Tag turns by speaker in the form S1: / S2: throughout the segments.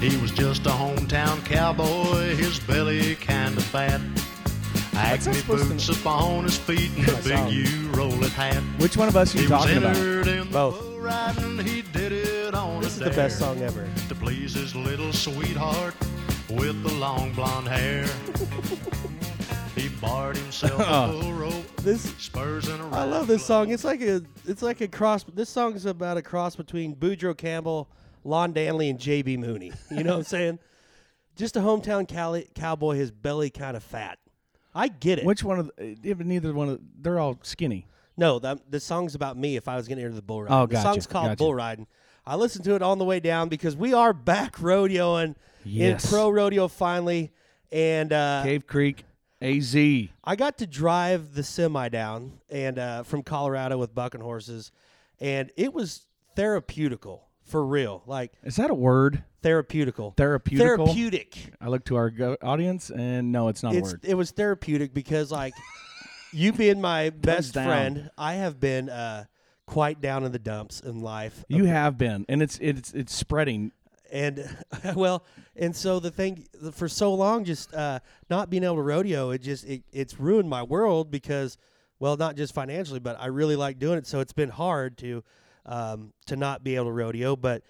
S1: He was just a hometown cowboy, his belly kinda fat. Acne
S2: supposed to
S1: boots up on his feet and a big U rolling hat.
S2: Which one of us are
S1: He
S2: you
S1: was
S2: talking about?
S1: entered in the
S3: Both.
S1: bull riding, he did it on
S3: This
S1: a
S3: is the best
S1: dare
S3: song ever.
S1: to please his little sweetheart with the long blonde hair. he borrowed himself a full rope,
S3: Uh, This
S1: spurs and a rope.
S3: I love this song. It's like a it's like a cross. This song's about a cross between Boudreaux Campbell, Lon Danley, and J.B. Mooney. You know what I'm saying? Just a hometown cali- cowboy, his belly kind of fat. I get it.
S2: Which one of the, if neither one of they're all skinny.
S3: No, the, the song's about me. If I was going to enter the bull ride,
S2: Oh,
S3: the
S2: gotcha,
S3: song's called
S2: gotcha.
S3: Bull Riding. I listened to it on the way down because we are back rodeoing
S2: Yes.
S3: in pro rodeo finally, and uh,
S2: Cave Creek, A Z.
S3: I got to drive the semi down and uh, from Colorado with bucking horses, and it was therapeutical for real, like
S2: Is that a word?
S3: therapeutical,
S2: Therapeutical?
S3: therapeutic.
S2: I look to our go- audience, and no, it's not a
S3: It's
S2: word.
S3: it was therapeutic because like you being my best
S2: down.
S3: friend, I have been uh, quite down in the dumps in life.
S2: You have been, and it's it's it's spreading.
S3: and well and so the thing for so long just uh, not being able to rodeo it just it, it's ruined my world because well not just financially but i really like doing it so it's been hard to um, to not be able to rodeo but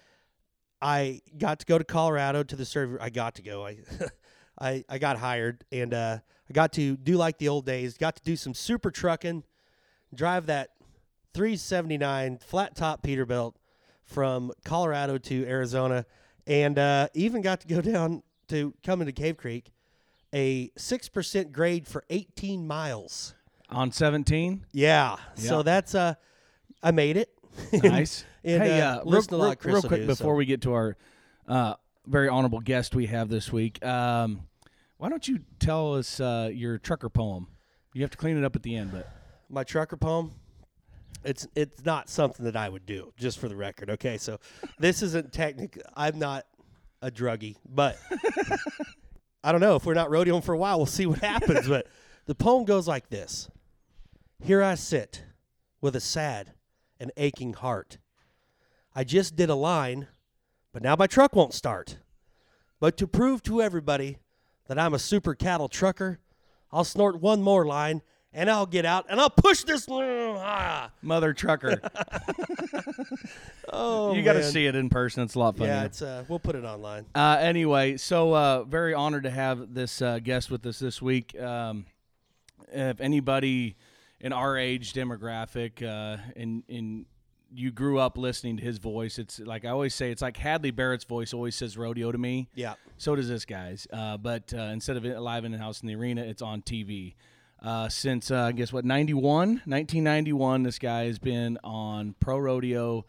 S3: i got to go to colorado to the server i got to go i I, I got hired and uh, i got to do like the old days got to do some super trucking drive that 379 flat top Peterbilt from Colorado to Arizona, and uh, even got to go down to come into Cave Creek, a six percent grade for 18 miles.
S2: On seventeen,
S3: Yeah, so
S2: Yeah.
S3: that's uh, I made it.
S2: nice.
S3: And,
S2: hey, uh,
S3: uh,
S2: real,
S3: listen to a lot
S2: real-
S3: of Chris
S2: real quick
S3: Ledoux, so-
S2: before we get to our uh, very honorable guest we have this week, um, why don't you tell us uh, your trucker poem? You have to clean it up at the end, but
S3: my trucker poem. It's it's not something that I would do, just for the record. Okay, so this isn't technic. I'm not a druggie, but I don't know if we're not rodeoing for a while, we'll see what happens. but the poem goes like this: Here I sit with a sad and aching heart. I just did a line, but now my truck won't start. But to prove to everybody that I'm a super cattle trucker, I'll snort one more line and I'll get out and I'll push this. Ah.
S2: mother trucker,
S3: Oh,
S2: you got to
S3: man.
S2: see it in person. It's a lot funnier.
S3: Yeah, it's uh, we'll put it online.
S2: Uh, anyway, so uh, very honored to have this uh, guest with us this week. Um, if anybody in our age demographic, uh, and and you grew up listening to his voice, it's like I always say, it's like Hadley Barrett's voice always says rodeo to me.
S3: Yeah.
S2: So does this guy's, uh, but uh, instead of it live in the house in the arena, it's on TV. Uh, since uh, guess what, 91, 1991, this guy has been on pro rodeo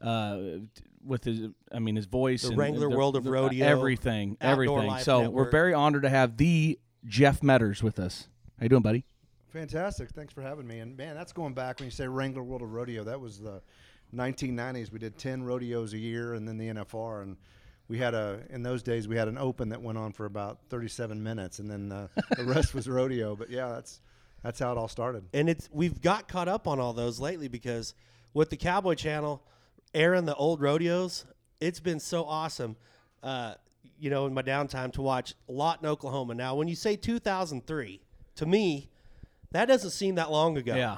S2: uh, t- with his, I mean, his voice, and-
S3: Wrangler
S2: and
S3: World of Rodeo,
S2: everything,
S3: Outdoor
S2: everything.
S3: Life
S2: So we're
S3: Network.
S2: very honored to have the Jeff Metters with us. How you doing, buddy?
S4: Fantastic. Thanks for having me. And man, that's going back when you say Wrangler World of Rodeo. That was the 1990s. We did 10 rodeos a year and then the NFR. And we had a, in those days, we had an open that went on for about 37 minutes and then uh, the rest was rodeo. But yeah, that's, that's how it all started.
S3: and it's we've got caught up on all those lately because with the Cowboy Channel airing the old rodeos, it's been so awesome. Uh, you know, in my downtime to watch Lawton, Oklahoma. Now, when you say 2003, to me, that doesn't seem that long ago.
S2: Yeah.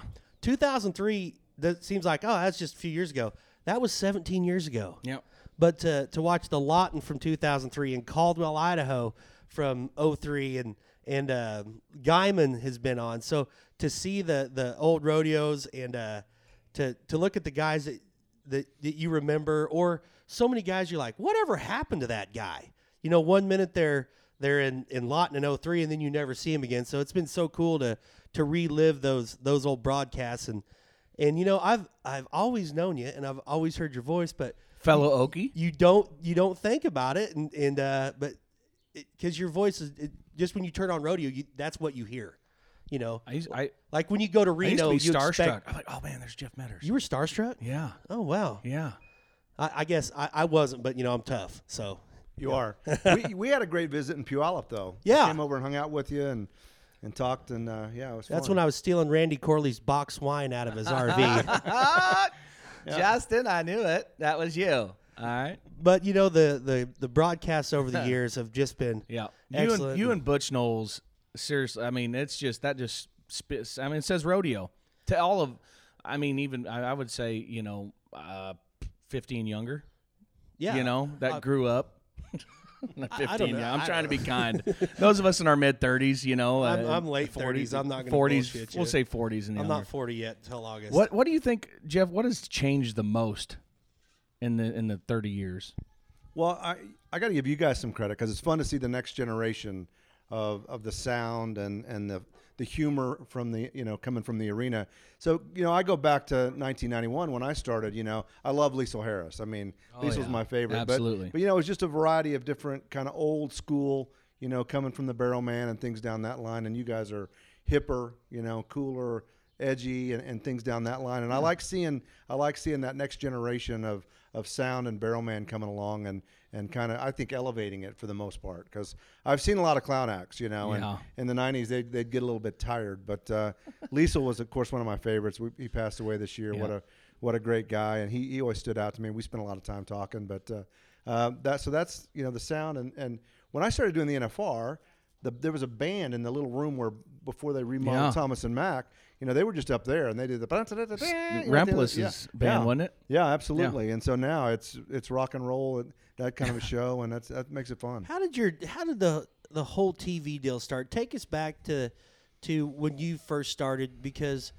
S3: 2003 that seems like oh, that's just a few years ago. That was 17 years ago.
S2: Yep.
S3: But to, to watch the Lawton from 2003 and Caldwell, Idaho from 03 and and uh, Guyman has been on. So to see the the old rodeos and uh, to to look at the guys that, that that you remember or so many guys you're like, whatever happened to that guy? You know, one minute they're they're in, in Lawton in 03 and then you never see him again. So it's been so cool to to relive those those old broadcasts and and you know I've I've always known you and I've always heard your voice, but
S2: Fellow Okie.
S3: you don't you don't think about it and and uh but because your voice is it, just when you turn on rodeo you, that's what you hear you know
S2: I used, I,
S3: like when you go to
S2: I
S3: Reno
S2: used to be
S3: you
S2: starstruck.
S3: expect-
S2: I'm like, oh man, there's Jeff Metters.
S3: you were starstruck
S2: yeah,
S3: oh wow
S2: yeah.
S3: I, I guess I, I wasn't but you know I'm tough so
S4: You are. we, we had a great visit in Puyallup, though.
S3: Yeah.
S4: Came over and hung out with you and, and talked. And uh, yeah, it was
S3: that's when I was stealing Randy Corley's box wine out of his RV
S5: Justin, I knew it. That was you.
S2: All right.
S3: But you know the the the broadcasts over the years have just been
S2: Yeah. You
S3: excellent.
S2: and, you and Butch Knowles, seriously, I mean, it's just, that just spits. I mean, it says rodeo to all of, I mean, even, I, I would say, you know, uh, 15 younger,
S3: yeah, Uh,
S2: you know, that grew up. Not 15,
S3: don't know.
S2: yeah. I'm
S3: I
S2: trying to be kind. Those of us in our mid 30s, you know,
S3: I'm,
S2: uh,
S3: I'm late 40s. I'm not going to
S2: 40s,
S3: bullshit you.
S2: we'll say 40s in the
S3: I'm
S2: younger.
S3: not 40 yet until August.
S2: What What do you think, Jeff? What has changed the most in the in the thirty years?
S4: Well, I I got to give you guys some credit because it's fun to see the next generation of, of the sound and, and the the humor from the you know coming from the arena. So you know I go back to 1991 when I started. You know I love Liesel Harris. I mean Liesel's
S2: Oh, yeah.
S4: my favorite. but-
S2: Absolutely.
S4: But, you know it was just a variety of different kind of old school. You know coming from the Barrel Man and things down that line. And you guys are hipper. You know cooler. Edgy and, and things down that line, and I like seeing I like seeing that next generation of of sound and barrel man coming along and and kind of I think elevating it for the most part because I've seen a lot of clown acts you know and
S2: Yeah.
S4: in the 90s they'd, they'd get a little bit tired but uh, Liesel was of course one of my favorites we, he passed away this year what
S2: Yeah.
S4: a what a great guy and he, he always stood out to me we spent a lot of time talking but uh, uh, that so that's you know the sound and and when I started doing the NFR the, there was a band in the little room where before they remodeled
S2: Yeah.
S4: Thomas and Mac you know they were just up there and they did the
S2: Rampolis's band, wasn't it?
S4: yeah, absolutely. And so now it's it's rock and roll, and that kind of a show, and that's that makes it fun.
S3: How did your how did the the whole TV deal start? Take us back to to when you first started because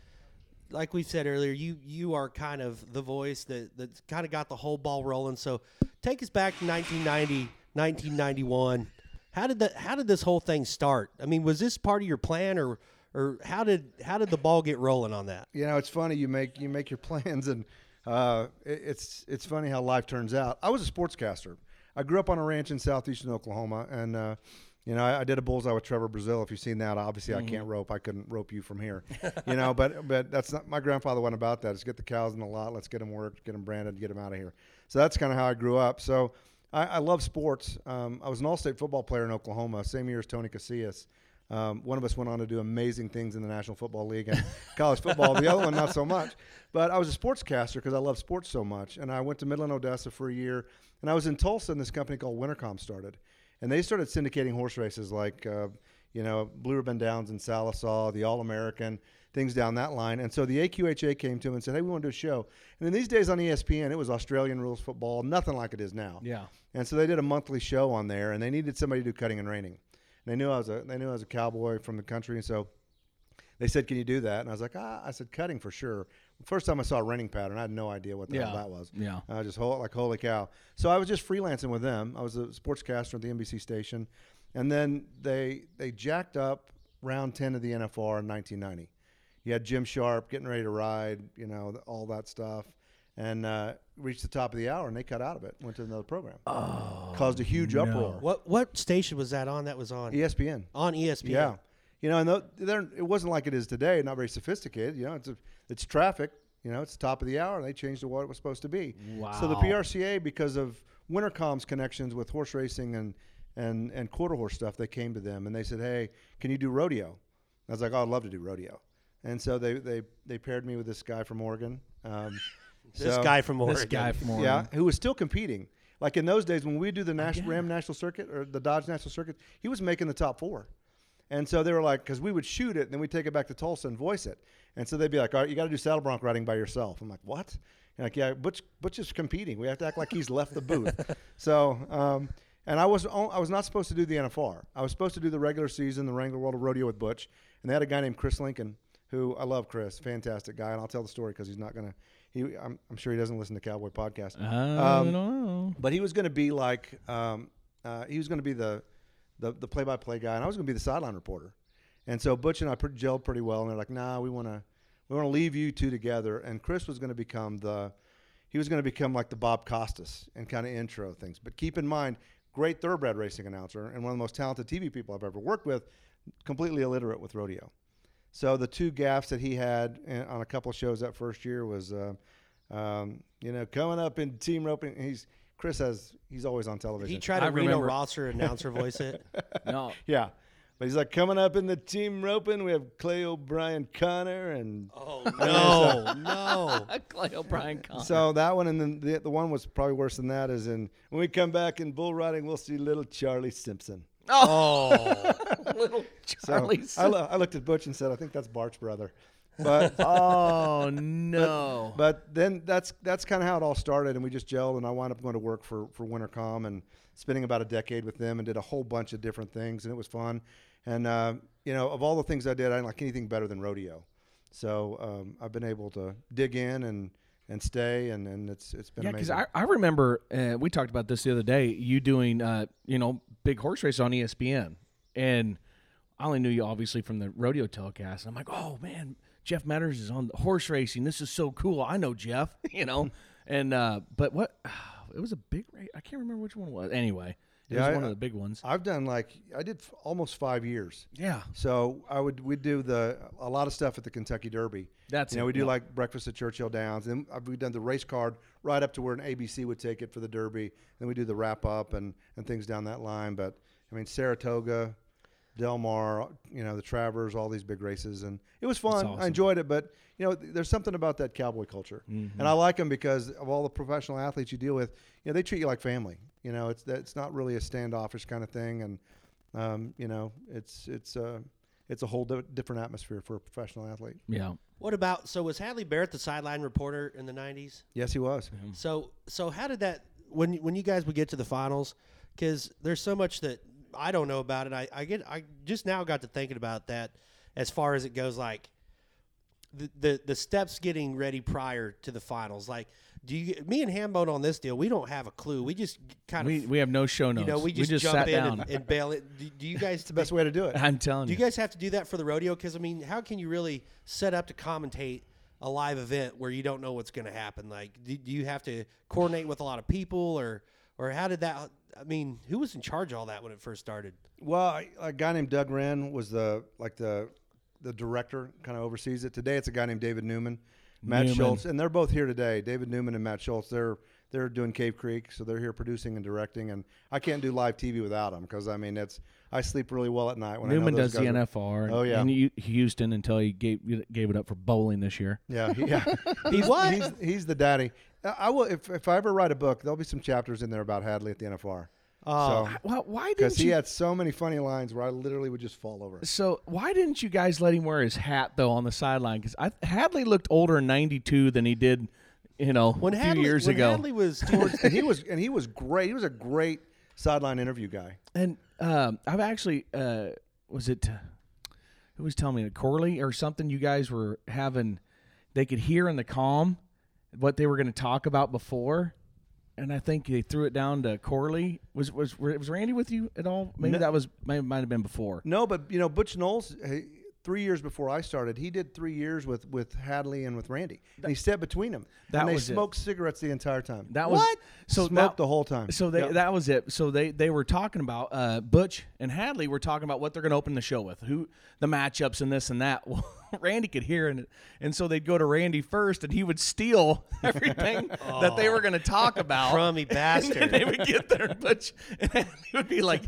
S3: like we said earlier, you you are kind of the voice that that kind of got the whole ball rolling. So take us back to 1990, 1991. How did that how did this whole thing start? I mean, was this part of your plan or or how did how did the ball get rolling on that?
S4: You know, it's funny you make you make your plans, and uh, it, it's it's funny how life turns out. I was a sportscaster. I grew up on a ranch in southeastern Oklahoma, and uh, you know I, I did a bullseye with Trevor Brazil. If you've seen that, obviously I can't rope. I couldn't rope you from here, you know. But but that's not my grandfather went about that. Let's get the cows in the lot. Let's get them worked, get them branded, get them out of here. So that's kind of how I grew up. So I, I love sports. Um, I was an all-state football player in Oklahoma, same year as Tony Casillas. Um, one of us went on to do amazing things in the National Football League and college football. The other one, not so much. But I was a sportscaster because I love sports so much. And I went to Midland, Odessa for a year. And I was in Tulsa, and this company called Wintercom started. And they started syndicating horse races like, uh, you know, Blue Ribbon Downs and Salisaw, the All American, things down that line. And so the AQHA came to him and said, hey, we want to do a show. And in these days on E ESPN, it was Australian rules football, nothing like it is now.
S2: Yeah.
S4: And so they did a monthly show on there, and they needed somebody to do cutting and reining. And they knew I was a they knew I was a cowboy from the country, and so they said, "Can you do that?" And I was like, "Ah," I said, "Cutting for sure." First time I saw a reining pattern, I had no idea what the hell
S2: Yeah.
S4: that was.
S2: Yeah.
S4: I was just ho- like, "Holy cow!" So I was just freelancing with them. I was a sportscaster at the NBC station, and then they they jacked up round ten of the NFR in 1990. You had Jim Sharp getting ready to ride, you know, th- all that stuff, and uh, reached the top of the hour, and they cut out of it, went to another
S2: Uh,
S4: program,
S2: Oh,
S4: caused a huge uproar. E
S3: What what station was that on? That was on
S4: ESPN.
S2: E
S3: on E ESPN.
S4: Yeah. You know, and tho- they're, it wasn't like it is today, not very sophisticated. You know, it's, a, it's traffic. You know, it's top of the hour, and they changed to what it was supposed to be. So the
S2: Wow.
S4: PRCA, because of Wintercom's connections with horse racing and, and, and quarter horse stuff, they came to them and they said, hey, can you do rodeo? And I was like, oh, I'd love to do rodeo. And so they, they, they paired me with this guy from Oregon. Um,
S3: This
S4: so-
S3: guy from Oregon.
S2: This guy from Oregon.
S4: yeah, who was still competing. Like in those days when we do the Nash- Ram National Circuit or the Dodge National Circuit, he was making the top four. And so they were like, because we would shoot it and then we'd take it back to Tulsa and voice it. And so they'd be like, all right, you got to do saddle bronc riding by yourself. I'm like, what? And like, yeah, Butch, Butch is competing. We have to act like he's left the booth. So, um, and I was on- I was not supposed to do the NFR. I was supposed to do the regular season, the Wrangler World of Rodeo with Butch. And they had a guy named Chris Lincoln who I love Chris, fantastic guy, and I'll tell the story because he's not gonna. He, I'm, I'm sure he doesn't listen to Cowboy podcast.
S2: I
S3: Um,
S2: don't know.
S4: But he was gonna be like, um, uh, he was gonna be the, the the play-by-play guy, and I was gonna be the sideline reporter. And so Butch and I pretty, gelled pretty well, and they're like, nah, we wanna we wanna leave you two together. And Chris was gonna become the, he was gonna become like the Bob Costas and kind of intro things. But keep in mind, great thoroughbred racing announcer and one of the most talented TV people I've ever worked with, completely illiterate with rodeo. So the two gaffes that he had in- on a couple of shows that first year was, uh, um, you know, coming up in team roping. He's Chris has he's always on television.
S3: He tried
S2: I
S3: to Reno
S2: remember-
S3: Rosser announcer voice it.
S2: No,
S4: yeah, But he's like, coming up in the team roping, we have Clay O'Brien Connor and
S3: Oh, No, no.
S2: Clay O'Brien Con.
S4: So that one, and then the, the one was probably worse than that. Is in when we come back in bull riding, we'll see little Charlie Simpson.
S3: Oh,
S2: Little
S4: So
S2: Charlie.
S4: I, lo- I looked at Butch and said, I think that's Bart's brother. But uh,
S2: oh no.
S4: but then that's that's kind of how it all started, and we just gelled, and I wound up going to work for for Wintercom and spending about a decade with them, and did a whole bunch of different things, and it was fun. And uh, you know, of all the things I did, I didn't like anything better than rodeo. So um, I've been able to dig in and and stay, and and it's it's been
S2: yeah, because
S4: amazing.
S2: I, I remember uh, we talked about this the other day. You doing uh, you know big horse race on E ESPN, and I only knew you obviously from the rodeo telecast. And I'm like, oh man, Jeff Matters is on the horse racing. This is so cool. I know Jeff, you know. and uh, but what it was a big race. I can't remember which one it was. Anyway, it
S4: Yeah,
S2: was
S4: I-
S2: one
S3: uh,
S2: of the big ones.
S4: I've done like I did f- almost five years.
S2: yeah,
S4: So I would we do the a lot of stuff at the Kentucky Derby.
S2: That's
S4: you know
S2: it,
S4: we do
S2: yeah.
S4: like breakfast at Churchill Downs, and then we've done the race card right up to where an ABC would take it for the Derby. Then we do the wrap up and and things down that line. But I mean Saratoga, Del Mar, you know the Travers, all these big races, and it was fun. I enjoyed it, but you know th- there's something about that cowboy culture,
S2: Mm-hmm.
S4: and I like them because of all the professional athletes you deal with. You know they treat you like family. You know it's it's not really a standoffish kind of thing, and um, you know, it's it's uh, it's a whole di- different atmosphere for a professional athlete.
S2: yeah.
S3: what about? So was Hadley Barrett the sideline reporter in the '90s?
S4: Yes, he was.
S3: So so how did that when when you guys would get to the finals? Because there's so much that I don't know about it. I, I get I just now got to thinking about that as far as it goes, like the the, the steps getting ready prior to the finals. Like do you me and Hambone on this deal? We don't have a clue. We just kind
S2: We
S3: of
S2: we have no show notes.
S3: you know we just,
S2: sat
S3: jump in
S2: down.
S3: and, and bail it. Do, do you guys
S4: It's the best way to do it.
S2: I'm telling
S3: do
S2: you,
S3: you guys have to do that for the rodeo? Because I mean, how can you really set up to commentate a live event where you don't know what's going to happen? Like, do, do you have to coordinate with a lot of people, or or how did that? I mean, who was in charge of all that when it first started?
S4: Well, I- a guy named Doug Wren was the like the the director, kind of oversees it. Today, it's a guy named David Newman, Matt
S2: Newman.
S4: Schultz, and they're both here today. David Newman and Matt Schultz. They're they're doing Cave Creek, so they're here producing and directing. And I can't do live TV without them because I mean that's I sleep really well at night when I
S2: Newman
S4: know those
S2: does the
S4: guys are-
S2: NFR.
S4: Oh, yeah.
S2: and you, Houston until he gave gave it up for bowling this year.
S4: Yeah, he- yeah. he's,
S3: what?
S4: He's, he's the daddy. I I will if, if I ever write a book, there'll be some chapters in there about Hadley at the NFR. Oh,
S2: Why, why
S4: because
S2: didn't
S4: he
S2: you?
S4: had so many funny lines where I literally would just fall over.
S2: so why didn't you guys let him wear his hat though on the sideline? Because Hadley looked older in '92 than he did, you know,
S3: When
S2: a few
S3: Hadley,
S2: years
S3: when
S2: ago.
S3: Hadley was towards
S4: and he was and he was great. He was a great sideline interview guy.
S2: and um, I've actually uh, was it who was telling me Corley or something? You guys were having they could hear in the calm what they were going to talk about before. And I think they threw it down to Corley. Was was was Randy with you at all? Maybe that was may might have been before.
S4: No, but you know Butch Knowles. He, Three years before I started, he did three years with, with Hadley and with Randy, and he sat between them.
S2: that
S4: and they
S2: was it.
S4: smoked cigarettes the entire time.
S2: That was
S4: What?
S2: so
S4: smoked
S2: that-
S4: the whole time.
S2: So they,
S4: Yep.
S2: that was it. So they they were talking about uh, Butch and Hadley were talking about what they're going to open the show with, who the matchups and this and that. Well, Randy could hear and and so they'd go to Randy first, and he would steal everything that they were going to talk about.
S3: crummy
S2: And they
S3: bastard.
S2: would get there, and Butch, and he would be like,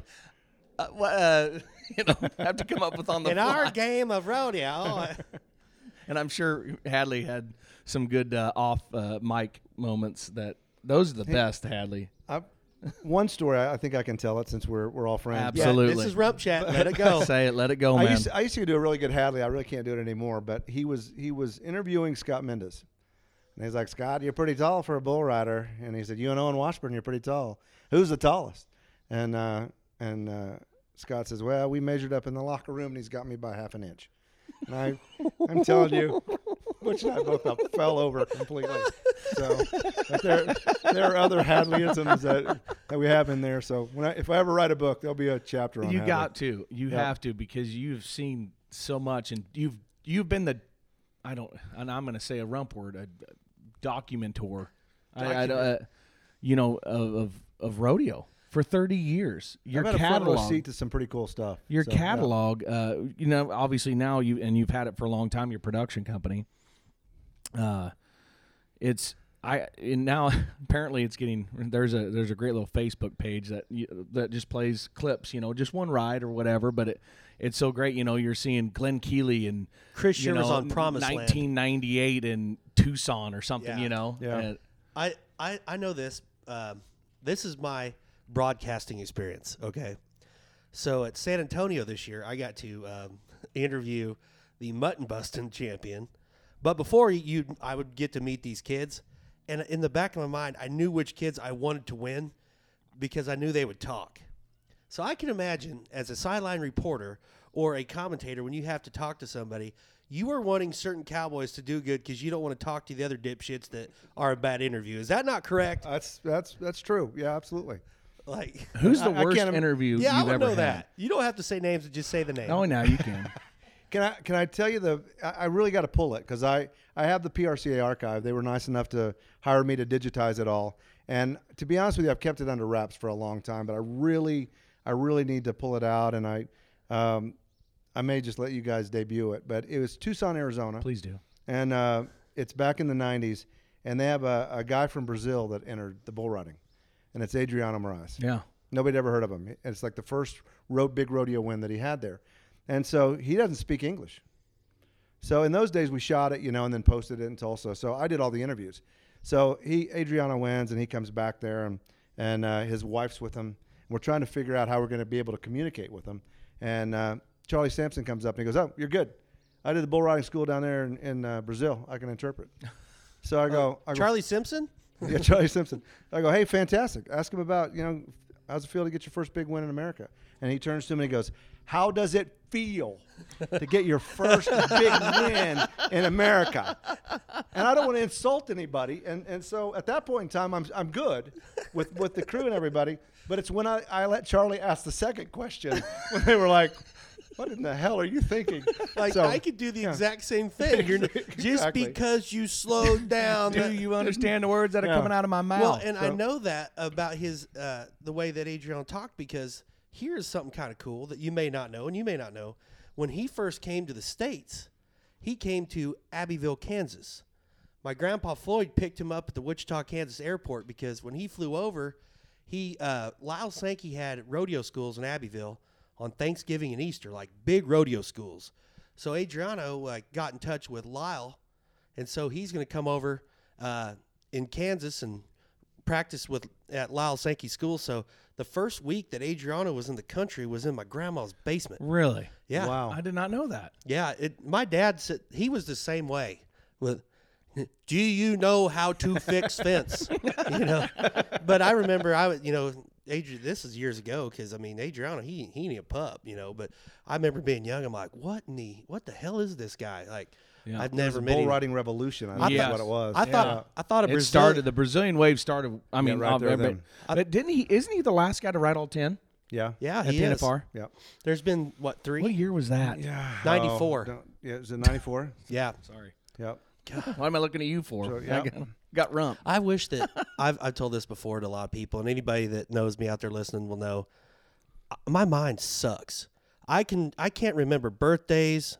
S2: uh, wha- uh, you know, have to come up with on the
S3: In
S2: fly.
S3: our game of rodeo,
S2: And I'm sure Hadley had some good uh, off uh, mic moments. That those are the best, Hadley.
S4: I, one story I I think I can tell it since we're we're all friends.
S2: Absolutely.
S3: this is rump chat. Let it go.
S2: Say it, let it go, man.
S4: I used, to, I used to do a really good Hadley. I really can't do it anymore. But he was he was interviewing Scott Mendes, and he's like, Scott, you're pretty tall for a bull rider. And he said, you and Owen Washburn, you're pretty tall. Who's the tallest? And uh, and uh, Scott says, well, we measured up in the locker room, and he's got me by half an inch. And I, I'm telling you, Butch and I both up, fell over completely. So but there, there are other Hadleyisms that, that we have in there. So when I, if I ever write a book, there'll be a chapter on
S2: you
S4: Hadley.
S2: got to you have to because you've seen so much and you've you've been the i don't and i'm going to say a rump word a documentor I, I, uh, you know of, of of rodeo for 30 years your
S4: I've had a front row
S2: catalog
S4: seat to some pretty cool stuff.
S2: your
S4: so, yeah.
S2: catalog uh, you know obviously now you and you've had it for a long time your production company uh, it's I and now apparently it's getting there's a there's a great little Facebook page that you, that just plays clips you know just one ride or whatever but it it's so great. You know, you're seeing Glenn Keely and
S3: Chris
S2: you
S3: Shear was
S2: know,
S3: on Promised Land.
S2: 1998 in Tucson or something.
S3: Yeah.
S2: You know,
S4: Yeah.
S2: And-
S3: I, I, I know this. Um, this is my broadcasting experience. Okay. So at San Antonio this year, I got to um, interview the mutton busting champion. But before you, I would get to meet these kids, and in the back of my mind, I knew which kids I wanted to win because I knew they would talk. So I can imagine as a sideline reporter or a commentator, when you have to talk to somebody, you are wanting certain cowboys to do good because you don't want to talk to the other dipshits that are a bad interview. Is that not correct?
S2: Uh,
S4: That's that's that's true. Yeah, absolutely.
S3: Like,
S2: who's the
S4: I- I
S2: worst
S4: can't im-
S2: interview
S3: yeah, I
S2: you've
S3: would
S2: ever
S3: know
S2: had?
S3: that. You don't have to say names; just say the name.
S2: Oh, now you can.
S4: Can I can I tell you the? I, I really got to pull it because I I have the PRCA archive. They were nice enough to hire me to digitize it all. And to be honest with you, I've kept it under wraps for a long time. But I really I really need to pull it out. And I um, I may just let you guys debut it. But it was Tucson, Arizona.
S2: Please do.
S4: and uh, it's back in the 90s and they have a, a guy from brazil that entered the bull riding and it's adriano moraes
S2: Yeah.
S4: nobody ever heard of him it's like the first road big rodeo win that he had there and so he doesn't speak english so in those days we shot it you know and then posted it in tulsa so i did all the interviews so he adriano wins and he comes back there and, and uh, his wife's with him we're trying to figure out how we're going to be able to communicate with him and uh, charlie sampson comes up and he goes oh you're good i did the bull riding school down there in, in uh, brazil i can interpret so i go I go,
S3: Charlie Simpson.
S4: yeah, Charlie Simpson. I go, hey, fantastic. Ask him about, you know, how's it feel to get your first big win in America? And he turns to me and he goes, how does it feel to get your first big win in America? And I don't want to insult anybody. And, and so at that point in time, I'm, I'm good with, with the crew and everybody. But it's when I, I let Charlie ask the second question when they were like, what in the hell are you thinking?
S3: Like
S4: So-
S3: I could do the exact same thing. You're, n- Just
S4: Exactly.
S3: because you slowed down.
S2: Do you understand the words that are
S4: Yeah.
S2: coming out of my mouth?
S3: Well, and I
S4: So-
S3: know that about his uh, the way that Adrian talked because here's something kind of cool that you may not know and you may not know. When he first came to the states, he came to Abbeville, Kansas. My grandpa Floyd picked him up at the Wichita, Kansas airport because when he flew over, he uh, Lyle Sankey had rodeo schools in Abbeville on Thanksgiving and Easter, like big rodeo schools. So Adriano like got in touch with Lyle and so he's going to come over uh, in Kansas and practice with at Lyle Sankey School. So the first week that Adriana was in the country was in my grandma's basement.
S2: really?
S3: Yeah,
S4: Wow.
S2: I did not know that.
S3: yeah. It, my dad said he was the same way. With do you know how to fix fence? you know, but I remember I was you know. Adrian, this is years ago because I mean Adriano, he he ain't a pup, you know. But I remember being young. I'm like, what in the what the hell is this guy? Like,
S2: Yeah.
S3: I've
S4: It was
S3: never
S4: a
S3: met
S4: bull
S3: him.
S4: riding revolution. I think
S2: Yes.
S4: that's what it was.
S3: I thought
S4: Yeah.
S3: I thought a
S2: It
S3: Brazilian,
S2: started the Brazilian wave started. I mean,
S4: right
S2: uh,
S4: there
S2: everybody-
S4: then.
S2: but didn't he? Isn't he the last guy to ride all ten
S4: Yeah.
S3: Yeah,
S2: at
S3: he
S2: the
S3: is.
S2: NFR?
S4: Yeah.
S3: There's been what three?
S2: What year was that?
S4: Yeah.
S3: 94.
S4: Oh, don't- yeah, is it 94?
S3: yeah.
S2: Sorry.
S4: yep.
S2: Why am I looking at you for?
S4: So, yeah.
S2: I got, got rump.
S3: I wish that I've I've told this before to a lot of people, and anybody that knows me out there listening will know. uh, My mind sucks. I can I can't remember birthdays,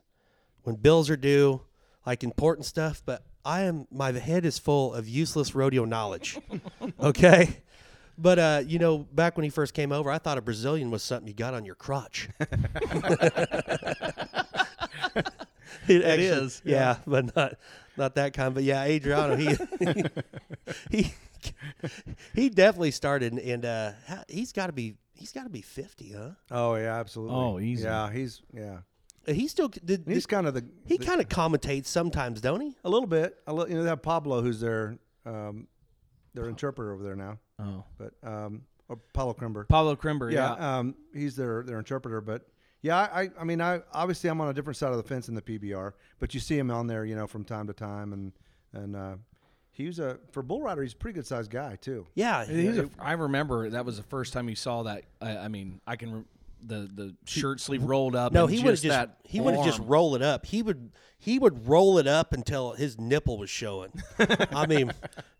S3: when bills are due, like important stuff. But I am my head is full of useless rodeo knowledge. okay. But uh, you know, back when he first came over, I thought a Brazilian was something you got on your crotch. it actually-
S2: is,
S3: yeah, but not not that kind. But yeah, Adriano, he he he definitely started, and uh, ha- he's got to be he's got to be fifty, huh?
S4: Oh yeah, absolutely.
S2: Oh, easy.
S4: Yeah, he's yeah.
S3: He still did.
S4: He's
S3: did-
S4: kind of the
S3: he
S4: the-
S3: kind of commentates sometimes, don't he?
S4: a little bit. A little, you know, they have Pablo who's their um, their interpreter over there now,
S2: Oh,
S4: but um, or Paulo Krimber.
S2: Pablo Crimber. Yeah.
S4: yeah, Um, he's their their interpreter. But yeah, I I- I mean, I obviously I'm on a different side of the fence in the PBR, but you see him on there, you know, from time to time, and and uh, he was a for bull rider, he's a pretty good sized guy too.
S3: Yeah,
S2: He's a- I remember that was the first time you saw that. I, I mean, I can. Re- the the shirt sleeve rolled up.
S3: No,
S2: and
S3: he would have
S2: just
S3: just
S2: that
S3: he would have just
S2: arm.
S3: roll it up. He would he would roll it up until his nipple was showing. I mean,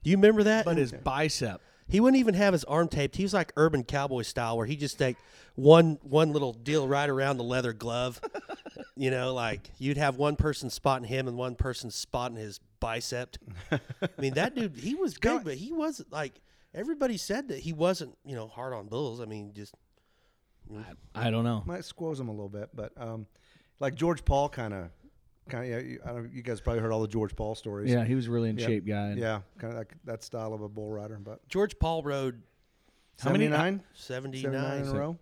S3: do you remember that?
S2: But his bicep.
S3: he wouldn't even have his arm taped. He was like urban cowboy style, where he just take one one little deal right around the leather glove. you know, like you'd have one person spotting him and one person spotting his bicep. I mean, that dude, he was big, but he wasn't like everybody said that he wasn't. You know, hard on bulls. I mean, just
S2: I don't know.
S4: might squoze him a little bit, but um, like George Paul kind of, kind of. Yeah, you, I don't, you guys probably heard all the George Paul stories.
S2: Yeah, he was really in
S4: Yeah.
S2: shape guy. and-
S4: Yeah, kind of like that style of a bull rider. But
S3: George Paul rode
S2: How many- uh,
S4: 79?
S3: 79,
S4: 79 in a row.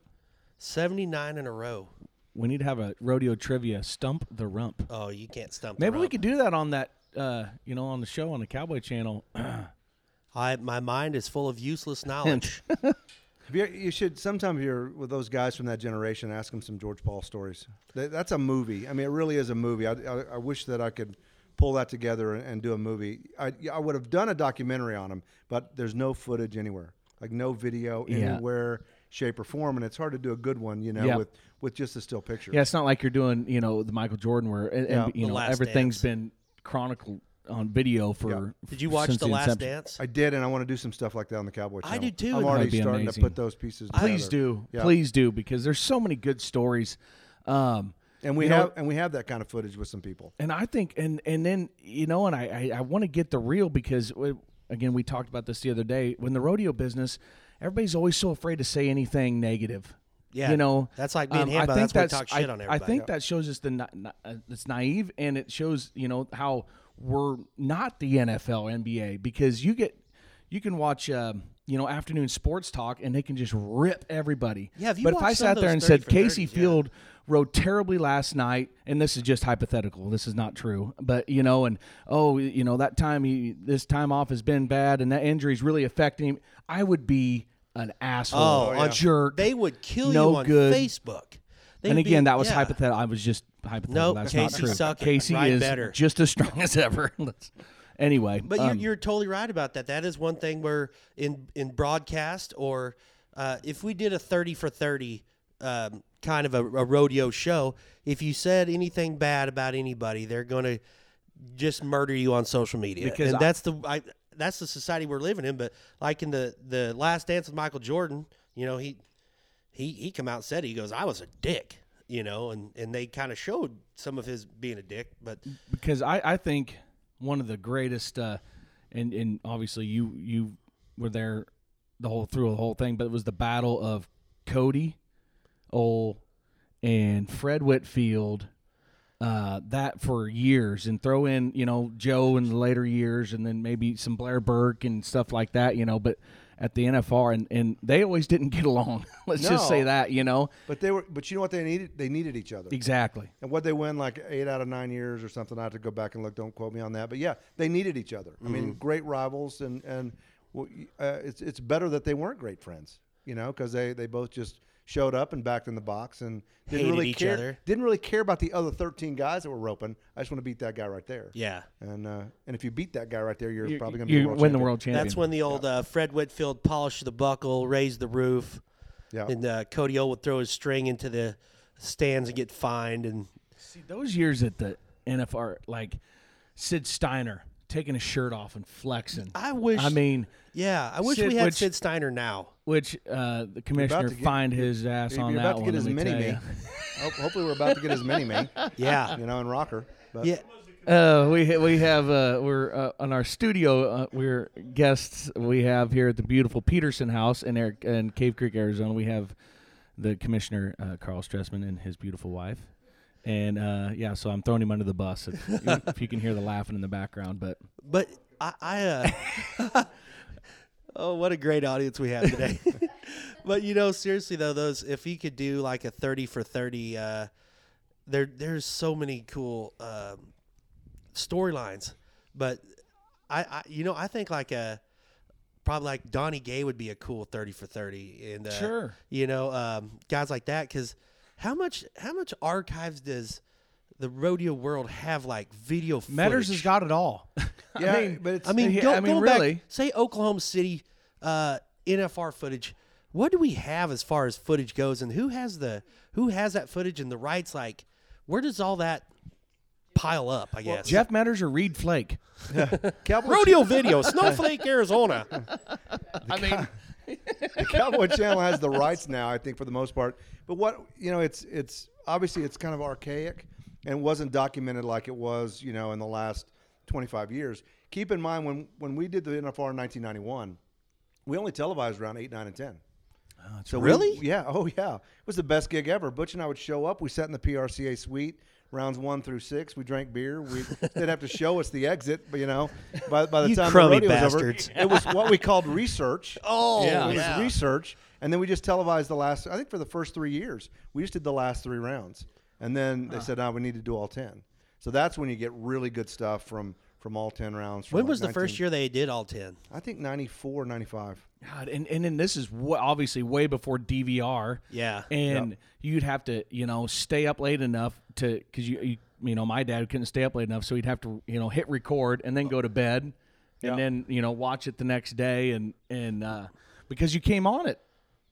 S3: 79 in a row.
S2: We need to have a rodeo trivia stump the rump.
S3: Oh, you can't stump. the
S2: Maybe we
S3: rump.
S2: could do that on that, uh, you know, on the show on the Cowboy Channel.
S3: I my mind is full of useless knowledge.
S4: Have You, you should sometime if you're with those guys from that generation, ask them some George Paul stories. That, that's a movie. I mean, it really is a movie. I, I, I wish that I could pull that together and, and do a movie. I, yeah, I would have done a documentary on him, but there's no footage anywhere, like no video
S2: Yeah.
S4: anywhere, shape or form, and it's hard to do a good one, you know,
S2: Yeah.
S4: with with just a still picture.
S2: yeah, it's not like you're doing, you know, the Michael Jordan where and, and,
S4: Yeah.
S2: you
S3: The
S2: know
S3: Last
S2: everything's been chronicled on video for.
S3: Did you watch
S2: since
S3: The Last
S2: inception.
S3: Dance?
S4: I did, and I want to do some stuff like that on the Cowboy
S3: I
S4: Channel.
S3: do too, and-
S4: I'm
S2: That'd be
S4: already starting
S2: amazing.
S4: to put those pieces. Together.
S2: Please do,
S4: Yeah.
S2: please do, because there's so many good stories. Um,
S4: And we
S2: You know-
S4: have and we have that kind of footage with some people.
S2: and I think, and and then you know, and I I, I want to get the real because w again, we talked about this the other day when the rodeo business, everybody's always so afraid to say anything negative.
S3: Yeah,
S2: you know, Um,
S3: that's like me and
S2: I
S3: Hamba,
S2: think
S3: that's where we talk
S2: I-
S3: shit on everybody.
S2: I think that shows us the na- na- uh, it's naive, and it shows you know how we're not the NFL, NBA because you get you can watch. Um, you know, afternoon sports talk, and they can just rip everybody.
S3: Yeah, if you
S2: but if
S3: watch
S2: I
S3: some of
S2: sat there
S3: those
S2: and
S3: 30
S2: said
S3: for
S2: Casey
S3: 30s, yeah.
S2: Field rode terribly last night, and this is just hypothetical. This is not true, but you know, and oh, you know that time he this time off has been bad, and that injury's really affecting him. I would be an asshole,
S3: Oh,
S2: a
S3: on-
S2: jerk.
S3: They would kill you
S2: No
S3: on
S2: good.
S3: Facebook. They'd
S2: and
S3: be-
S2: again, that was
S3: yeah.
S2: hypothetical. I was just hypothetical.
S3: Nope,
S2: That's not
S3: Casey
S2: true.
S3: suck it.
S2: Casey
S3: Ride
S2: is
S3: better.
S2: just as strong as ever. Let's- anyway,
S3: But
S2: um,
S3: you're, you're totally right about that. That is one thing where in in broadcast or uh, if we did a thirty for thirty um, kind of a, a rodeo show, if you said anything bad about anybody, they're going to just murder you on social media.
S2: Because
S3: and
S2: I-
S3: that's the I, that's the society we're living in. But like in the the Last Dance with Michael Jordan, you know he he he come out and said it. he goes I was a dick, you know, and and they kind of showed some of his being a dick, but
S2: because I, I think one of the greatest uh, and and obviously you you were there the whole through the whole thing, but it was the battle of Cody Ole and Fred Whitfield. Uh, that for years and throw in you know Joe in the later years and then maybe some Blair Burke and stuff like that you know but at the NFR and, and they always didn't get along let's just say
S4: No.
S2: that you know
S4: But they were, but you know what they needed? They needed each other.
S2: exactly
S4: And what they win like eight out of nine years or something. I have to go back and look. Don't quote me on that. But yeah, they needed each other. I
S3: Mm-hmm.
S4: mean, great rivals, and and well, y- uh, it's it's better that they weren't great friends. You know, because they they both just showed up and backed in the box and didn't
S3: Hated
S4: really
S3: each
S4: care.
S3: other.
S4: Didn't really care about the other thirteen guys that were roping. I just want to beat that guy right there.
S3: yeah.
S4: And uh, and if you beat that guy right there, you're, probably going to
S2: you
S4: be a world
S2: win the
S4: champion.
S2: world champion
S3: That's when the old uh, Fred Whitfield polished the buckle, raised the roof,
S4: Yeah.
S3: and uh, Cody O would throw his string into the stands and get fined. And
S2: See, those years at the NFR, like Sid Steiner taking his shirt off and flexing.
S3: I wish-
S2: I mean,
S3: yeah, I wish
S2: Sid-
S3: we had
S2: which-
S3: Sid Steiner now.
S2: which uh, the commissioner
S4: to get-
S2: fined his ass
S4: You're
S2: on
S4: about
S2: that
S4: to
S2: one.
S4: get his
S2: let me
S4: mini
S2: tell
S4: me.
S2: ya.
S4: Ho- Hopefully, we're about to get his mini me.
S3: Yeah,
S4: You know, in rocker. But
S3: yeah.
S2: Uh, we ha- we have uh, we're uh, on our studio. Uh, we're guests we have here at the beautiful Peterson House in Eric in Cave Creek, Arizona. We have the commissioner uh, Carl Stressman and his beautiful wife. And uh, yeah, so I'm throwing him under the bus if, if you can hear the laughing in the background. But
S3: But I, I uh, oh, what a great audience we have today. but you know, seriously though, those if you could do like a thirty for thirty, uh, there there's so many cool um, storylines. But I, I, you know, I think like a probably like Donnie Gay would be a cool thirty for thirty, and uh,
S2: Sure.
S3: you know, um, guys like that. Because how much how much archives does the rodeo world have like video?
S2: Metters
S3: footage?
S2: has got it all.
S4: yeah, but it's
S3: I mean,
S2: Yeah,
S3: go,
S2: I mean,
S3: going
S2: really.
S3: back, say Oklahoma City uh, NFR footage. What do we have as far as footage goes, and who has the who has that footage and the rights? Like, where does all that pile up? I guess
S2: Jeff Metters or Reed Flake?
S4: Cowboy
S3: rodeo video, Snowflake, Arizona.
S2: I mean,
S4: the Cowboy Channel has the rights now, I think, for the most part. But what you know, it's it's obviously it's kind of archaic and wasn't documented like it was, you know, in the last 25 years. Keep in mind when when we did the NFR in 1991, we only televised around eight, nine, and ten. so we-
S3: really?
S4: yeah. Oh, yeah. It was the best gig ever. Butch and I would show up. We sat in the PRCA suite, rounds one through six. We drank beer. We they'd have to show us the exit, but you know, by, by the
S3: You
S4: time the
S3: crummy
S4: rodeo
S3: bastards.
S4: was over, it was what we called research. oh,
S2: Yeah.
S4: it was
S2: yeah.
S4: research, and then we just televised the last. I think for the first three years, we just did the last three rounds, and then they said, "No, we need to do all 10. So that's when you get really good stuff from from all ten rounds. from
S3: When
S4: like
S3: was the
S4: 19
S3: first year they did all ten?
S4: I think 94, 95.
S2: God, and and then this is wa- obviously way before DVR.
S3: Yeah.
S2: and you'd have to you know stay up late enough to because you, you you know my dad couldn't stay up late enough, so he'd have to you know hit record and then go to bed,
S4: Yeah.
S2: and then you know watch it the next day, and and uh, because you came on it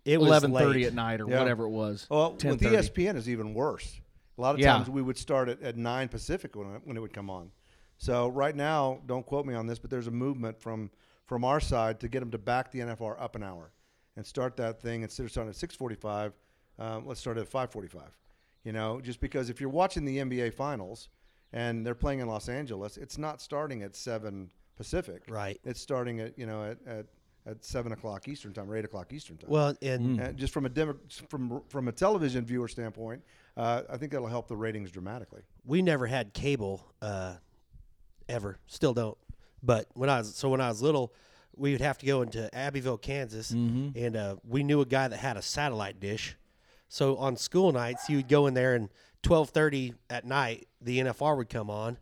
S3: It was
S2: eleven thirty
S3: late. E
S2: at night or
S4: Yeah.
S2: whatever it was.
S4: Well, with E
S2: 10:30.
S4: ESPN is even worse. A lot of
S2: Yeah.
S4: times we would start at, at nine Pacific when it, when it would come on. So right now, don't quote me on this, but there's a movement from from our side to get them to back the NFR up an hour and start that thing instead of starting at six forty-five. Um, let's start at five forty-five. You know, just because if you're watching the NBA Finals and they're playing in Los Angeles, it's not starting at seven Pacific.
S3: Right.
S4: It's starting at you know at at, at seven o'clock Eastern time or eight o'clock Eastern time.
S3: Well,
S2: Mm.
S3: and
S4: Uh, just from a demo, from from a television viewer standpoint, uh, I think that'll help the ratings dramatically.
S3: we never had cable uh, ever still don't but when i was so when i was little we would have to go into abbeville kansas and uh, we knew a guy that had a satellite dish so on school nights you would go in there and 12.30 at night the nfr would come on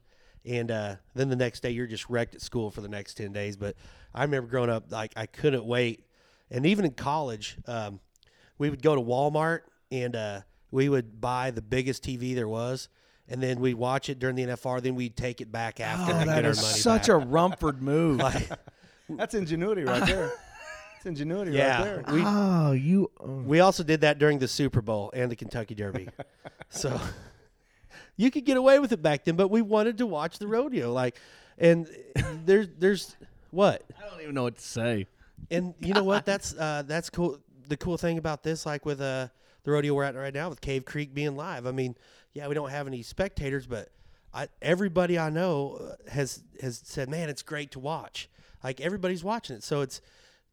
S3: and uh, then the next day you're just wrecked at school for the next 10 days but i remember growing up like i couldn't wait and even in college um, we would go to Walmart and uh, we would buy the biggest TV there was, and then we'd watch it during the NFR. Then we'd take it back after
S2: Oh,
S3: and
S2: that
S3: get our
S2: is
S3: money
S2: such a
S3: back.
S2: Rumford move.
S4: That's ingenuity right there. It's ingenuity right
S3: yeah.
S4: there.
S3: We
S2: oh, you.
S3: we also did that during the Super Bowl and the Kentucky Derby, so you could get away with it back then. But we wanted to watch the rodeo, like, and there's there's what
S2: I don't even know what to say.
S3: And you know what? That's uh, that's cool. The cool thing about this, like with uh, the rodeo we're at right now, with Cave Creek being live. I mean, yeah, we don't have any spectators, but I, everybody I know uh, has has said, man, it's great to watch. Like everybody's watching it, so it's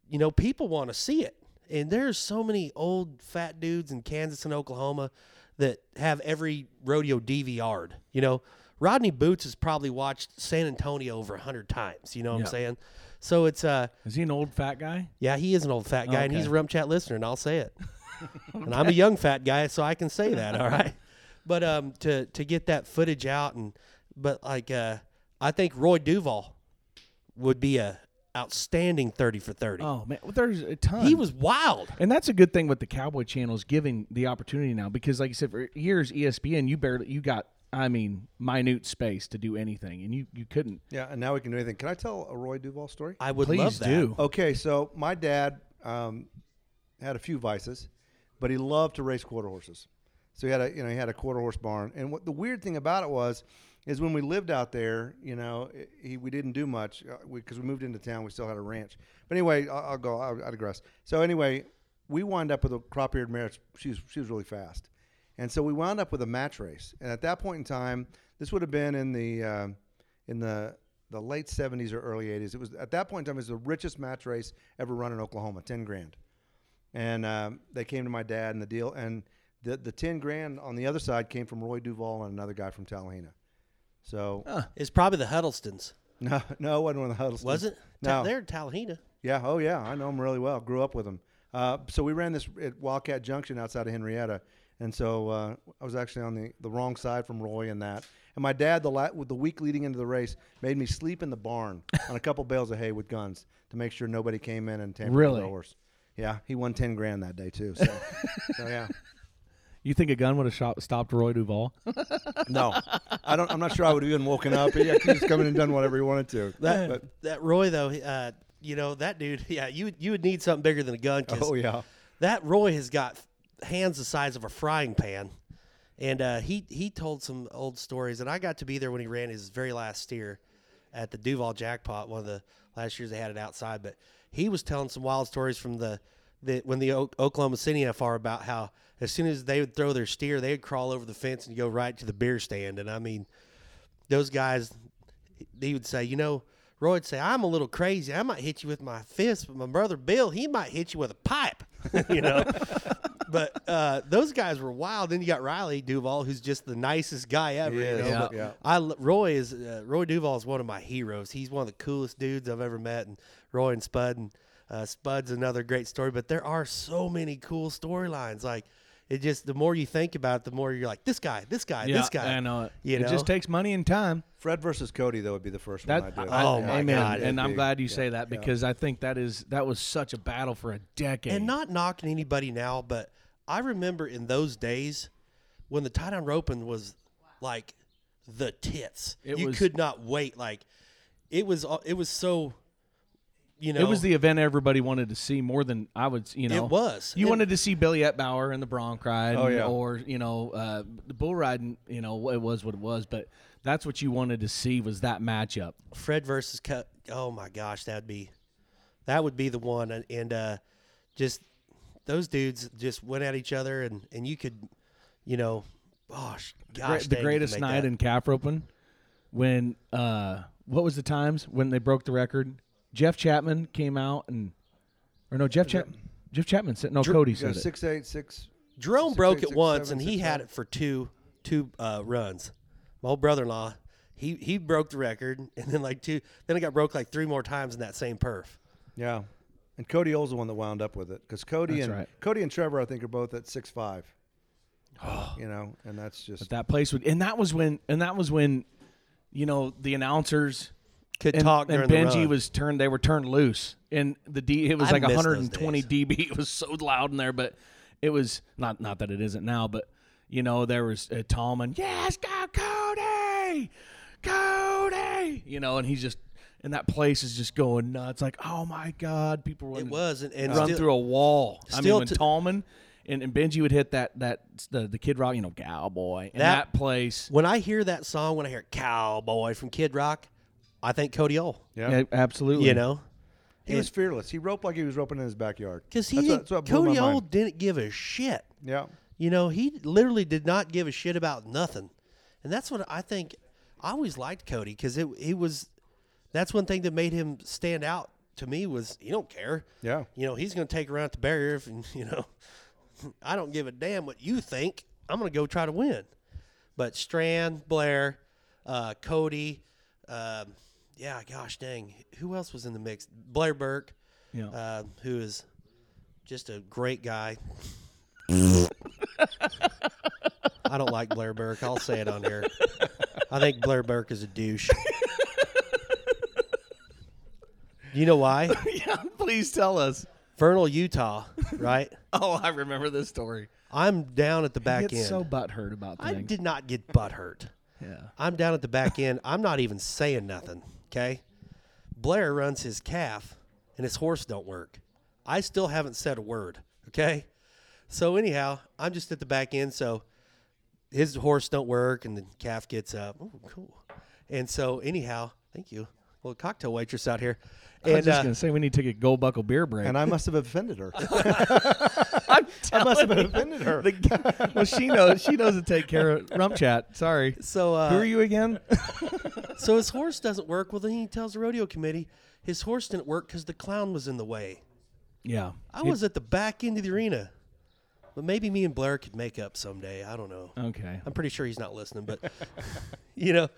S3: you know people want to see it. And there's so many old fat dudes in Kansas and Oklahoma that have every rodeo DVR'd. You know, Rodney Boots has probably watched San Antonio over a hundred times. You know what
S2: Yeah.
S3: I'm saying? So it's uh,
S2: Is he an old fat guy?
S3: yeah, he is an old fat guy, and he's a
S2: Okay.
S3: rum chat listener, and I'll say it. And I'm a young fat guy, so I can say that. All right, but um, to to get that footage out, and but like uh, I think Roy Duval would be a outstanding thirty for thirty.
S2: Oh man, well, there's a ton.
S3: he was wild.
S2: And that's a good thing with the Cowboy Channel is giving the opportunity now because, like you said, for E years ESPN, you barely you got I mean minute space to do anything, and you you couldn't.
S4: Yeah, and now we can do anything. Can I tell a Roy Duval story?
S3: I would
S2: Please
S3: love that. Oh.
S2: do.
S4: Okay, so my dad um, had a few vices, but he loved to race quarter horses. So he had a you know he had a quarter horse barn, and what the weird thing about it was, is when we lived out there, you know, i- he, we didn't do much because we, 'cause we moved into town. We still had a ranch, but anyway, I'll, I'll go. I'll, I digress. So anyway, we wound up with a crop eared mare. She was she was really fast, and so we wound up with a match race. And at that point in time, this would have been in the um in the the late 70s or early 80s. It was at that point in time it was the richest match race ever run in Oklahoma, 10 grand. And um, they came to my dad and the deal and the the 10 grand on the other side came from Roy Duval and another guy from Tallahena. So
S3: It's probably the Huddlestons,
S4: no, no, it wasn't one of the Huddlestons.
S3: was it?
S4: No,
S3: they're in Tallahassee.
S4: yeah. Oh, yeah. I know him really well. Grew up with him. Uh, so we ran this at Wildcat Junction outside of Henrietta, and so uh, I was actually on the, the wrong side from Roy in that. And my dad, the la- with the week leading into the race, made me sleep in the barn on a couple bales of hay with guns to make sure nobody came in and tampered
S2: Really?
S4: with the horse. Yeah, he won ten grand that day too. So, so yeah.
S2: You think a gun would have shot, stopped Roy Duval?
S4: No, I don't. I'm not sure I would have even woken up. He could just come in and done whatever he wanted to.
S3: That
S4: But-
S3: that Roy though, he- uh, you know that dude. Yeah, you you would need something bigger than a gun. 'cause
S4: oh yeah.
S3: that Roy has got hands the size of a frying pan, and uh, he he told some old stories. And I got to be there when he ran his very last steer at the Duval Jackpot, one of the last years they had it outside. But he was telling some wild stories from the, the when the o- Oklahoma City FR about how as soon as they would throw their steer, they would crawl over the fence and go right to the beer stand. And I mean, those guys, he would say, you know, Roy would say, I'm a little crazy. I might hit you with my fist, but my brother Bill, he might hit you with a pipe. you know. but uh, those guys were wild. Then you got Riley Duval, who's just the nicest guy ever.
S4: He
S3: you
S4: is,
S3: know?
S4: yeah.
S3: But
S4: Yeah.
S3: I l- Roy is uh, Roy Duval is one of my heroes. He's one of the coolest dudes I've ever met, and Roy and Spud and uh, Spud's another great story. But there are so many cool storylines. Like it just the more you think about it, the more you're like this guy, this guy,
S2: Yeah,
S3: this guy.
S2: I know it.
S3: You
S2: it
S3: know?
S2: just takes money and time.
S4: Fred versus Cody, though, would be the first
S2: That,
S4: one I
S2: I-
S4: do.
S3: Oh, my
S2: amen.
S3: God.
S2: And I'm
S4: Big,
S2: glad you
S4: yeah,
S2: say that
S4: yeah.
S2: because I think that is that was such a battle for a decade.
S3: And not knocking anybody now, but I remember in those days when the tie down roping was like the tits.
S2: It
S3: you
S2: was-
S3: could not wait. Like it was. It was so. You know,
S2: It was the event everybody wanted to see more than I would, you know.
S3: It was.
S2: You
S3: It-
S2: wanted to see Billy Etbauer and the Bronc ride,
S4: Oh, yeah.
S2: or you know, uh, the bull riding. You know, it was what it was, but that's what you wanted to see was that matchup.
S3: Fred versus Cut. Oh my gosh, that'd be that would be the one. And, and uh, just those dudes just went at each other, and and you could, you know, gosh, gosh,
S2: the
S3: dang, you could
S2: greatest
S3: make
S2: night
S3: that.
S2: in calf roping when uh, what was the times when they broke the record? Jeff Chapman came out and, or no, Jeff Chapman. Jeff Chapman said no.
S3: uh,
S2: Cody
S4: Yeah,
S2: said it.
S4: six, eight, six.
S3: Jerome
S4: Six,
S3: broke
S4: eight,
S3: it
S4: six,
S3: once,
S4: seven,
S3: and he
S4: six,
S3: had
S4: nine.
S3: it for two two uh, runs. My old brother in law, he he broke the record, and then like two, then it got broke like three more times in that same perf.
S4: Yeah. And Cody Old's the one that wound up with it because Cody
S2: That's
S4: and
S2: right.
S4: Cody and Trevor, I think, are both at six five. you know, and that's just
S2: That place would, and that was when, and that was when, you know, the announcers
S3: Could
S2: and,
S3: talk
S2: and
S3: during
S2: Benji
S3: the run.
S2: was turned. They were turned loose, and the D. It was
S3: I
S2: like
S3: miss those
S2: 120
S3: days.
S2: dB. It was so loud in there, but it was not. Not that it isn't now, but you know there was uh, Tallman. Yes, go Cody, Cody. You know, and he's just and that place is just going nuts. Like, oh my god, people
S4: Mm.
S2: were
S3: It was, and, and
S2: run
S3: still-
S2: through a wall. I mean,
S3: still
S2: when
S3: to-
S2: Tallman and, and Benji would hit that that the, the Kid Rock, you know, cowboy, and
S3: That-
S2: that, place.
S3: when I hear that song, when I hear "Cowboy" from Kid Rock, I think Cody Ole.
S4: yeah.
S2: Yeah, absolutely.
S3: You know,
S4: He was fearless. He roped like he was roping in his backyard.
S3: because he
S4: That's
S3: didn't,
S4: what- that's what blew my
S3: Cody Ole
S4: mind.
S3: didn't give a shit.
S4: Yeah.
S3: You know, he literally did not give a shit about nothing, and that's what I think. I always liked Cody because it he was. That's one thing that made him stand out to me was he don't care.
S4: Yeah.
S3: You know, he's going to take her out the barrier if you know. I don't give a damn what you think. I'm going to go try to win. But Strand, Blair, uh, Cody, um, yeah, gosh dang, who else was in the mix? Blair Burke,
S2: Yeah.
S3: uh, who is just a great guy. I don't like Blair Burke. I'll say it on here. I think Blair Burke is a douche. you know why?
S2: yeah, please tell us.
S3: Vernal, Utah, right?
S2: Oh, I remember this story.
S3: I'm down at the back
S2: Get
S3: end.
S2: so butthurt about
S3: I
S2: things.
S3: did not get butt hurt.
S2: yeah.
S3: I'm down at the back end. I'm not even saying nothing. Okay. Blair runs his calf and his horse don't work. I still haven't said a word. Okay. So anyhow, I'm just at the back end. So his horse don't work and the calf gets up. Oh, cool. And so anyhow, thank you. Little cocktail waitress out here.
S2: I was
S3: And
S2: just
S3: uh,
S2: gonna say we need to take a gold buckle beer break.
S4: And I must have offended her.
S2: I'm
S4: I must have
S2: telling you.
S4: offended her.
S2: The- well, she knows she knows to take care of Rump Chat. Sorry.
S3: so uh,
S2: Who are you again?
S3: So his horse doesn't work. Well, then he tells the rodeo committee his horse didn't work because the clown was in the way.
S2: yeah.
S3: I was at the back end of the arena, but maybe me and Blair could make up someday. I don't know.
S2: Okay.
S3: I'm pretty sure he's not listening, but you know,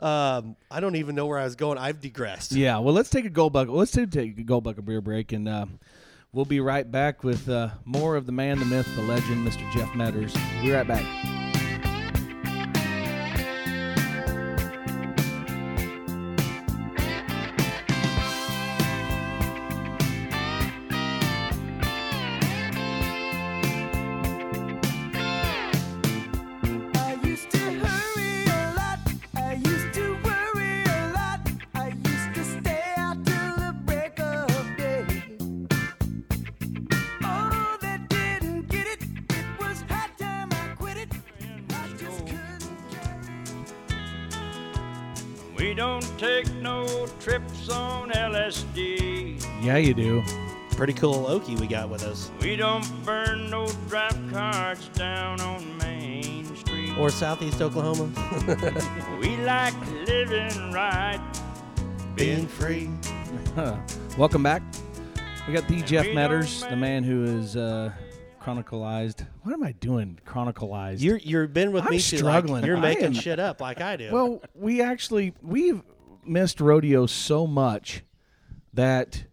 S3: um, I don't even know where I was going. I've digressed.
S2: Yeah. Well, let's take a gold buckle. Let's take take a gold buckle beer break, and uh, we'll be right back with uh, more of the man, the myth, the legend, Mr. Jeff Metters. We'll be right back.
S5: I used to hurry a lot. I used to worry a lot. I used to stay out till the break of day. Oh, they didn't get it. It was high time I quit it. I just couldn't carry.
S6: We don't take no trips on LSD.
S2: Yeah, you do.
S3: Pretty cool Okie we got with us,
S6: We don't burn no drive carts down on Main Street.
S3: or Southeast Oklahoma.
S6: We like living right.
S3: Being free.
S2: Welcome back. We got the Jeff Metters, the man who is uh, chronicalized. What am I doing? Chronicalized.
S3: You're you've been with
S2: I'm
S3: me too, like,
S2: struggling.
S3: you're
S2: I
S3: making
S2: am-
S3: shit up like I do.
S2: well, we actually we've missed rodeo so much that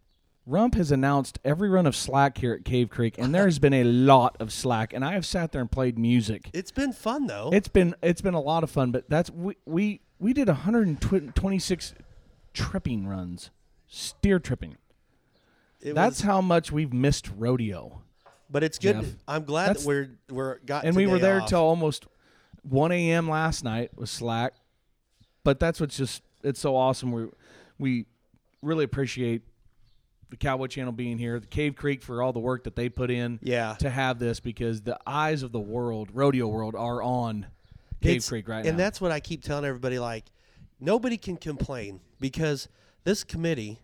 S2: Rump has announced every run of slack here at Cave Creek, and there has been a lot of slack. And I have sat there and played music.
S3: it's been fun though.
S2: It's been it's been a lot of fun, but that's we we we did 126 tripping runs, steer tripping.
S3: It
S2: That's
S3: was-
S2: how much we've missed rodeo.
S3: but it's good.
S2: Jeff.
S3: I'm glad
S2: That's-
S3: that we're we're got
S2: and we were
S3: today
S2: there
S3: off.
S2: till almost 1 a.m. last night with Slack. But that's what's just it's so awesome. We we really appreciate the Cowboy Channel being here, the Cave Creek for all the work that they put in.
S3: Yeah.
S2: to have this because the eyes of the world, rodeo world, are on Cave
S3: It's-
S2: Creek right
S3: and
S2: now.
S3: that's what I keep telling everybody. Like nobody can complain because this committee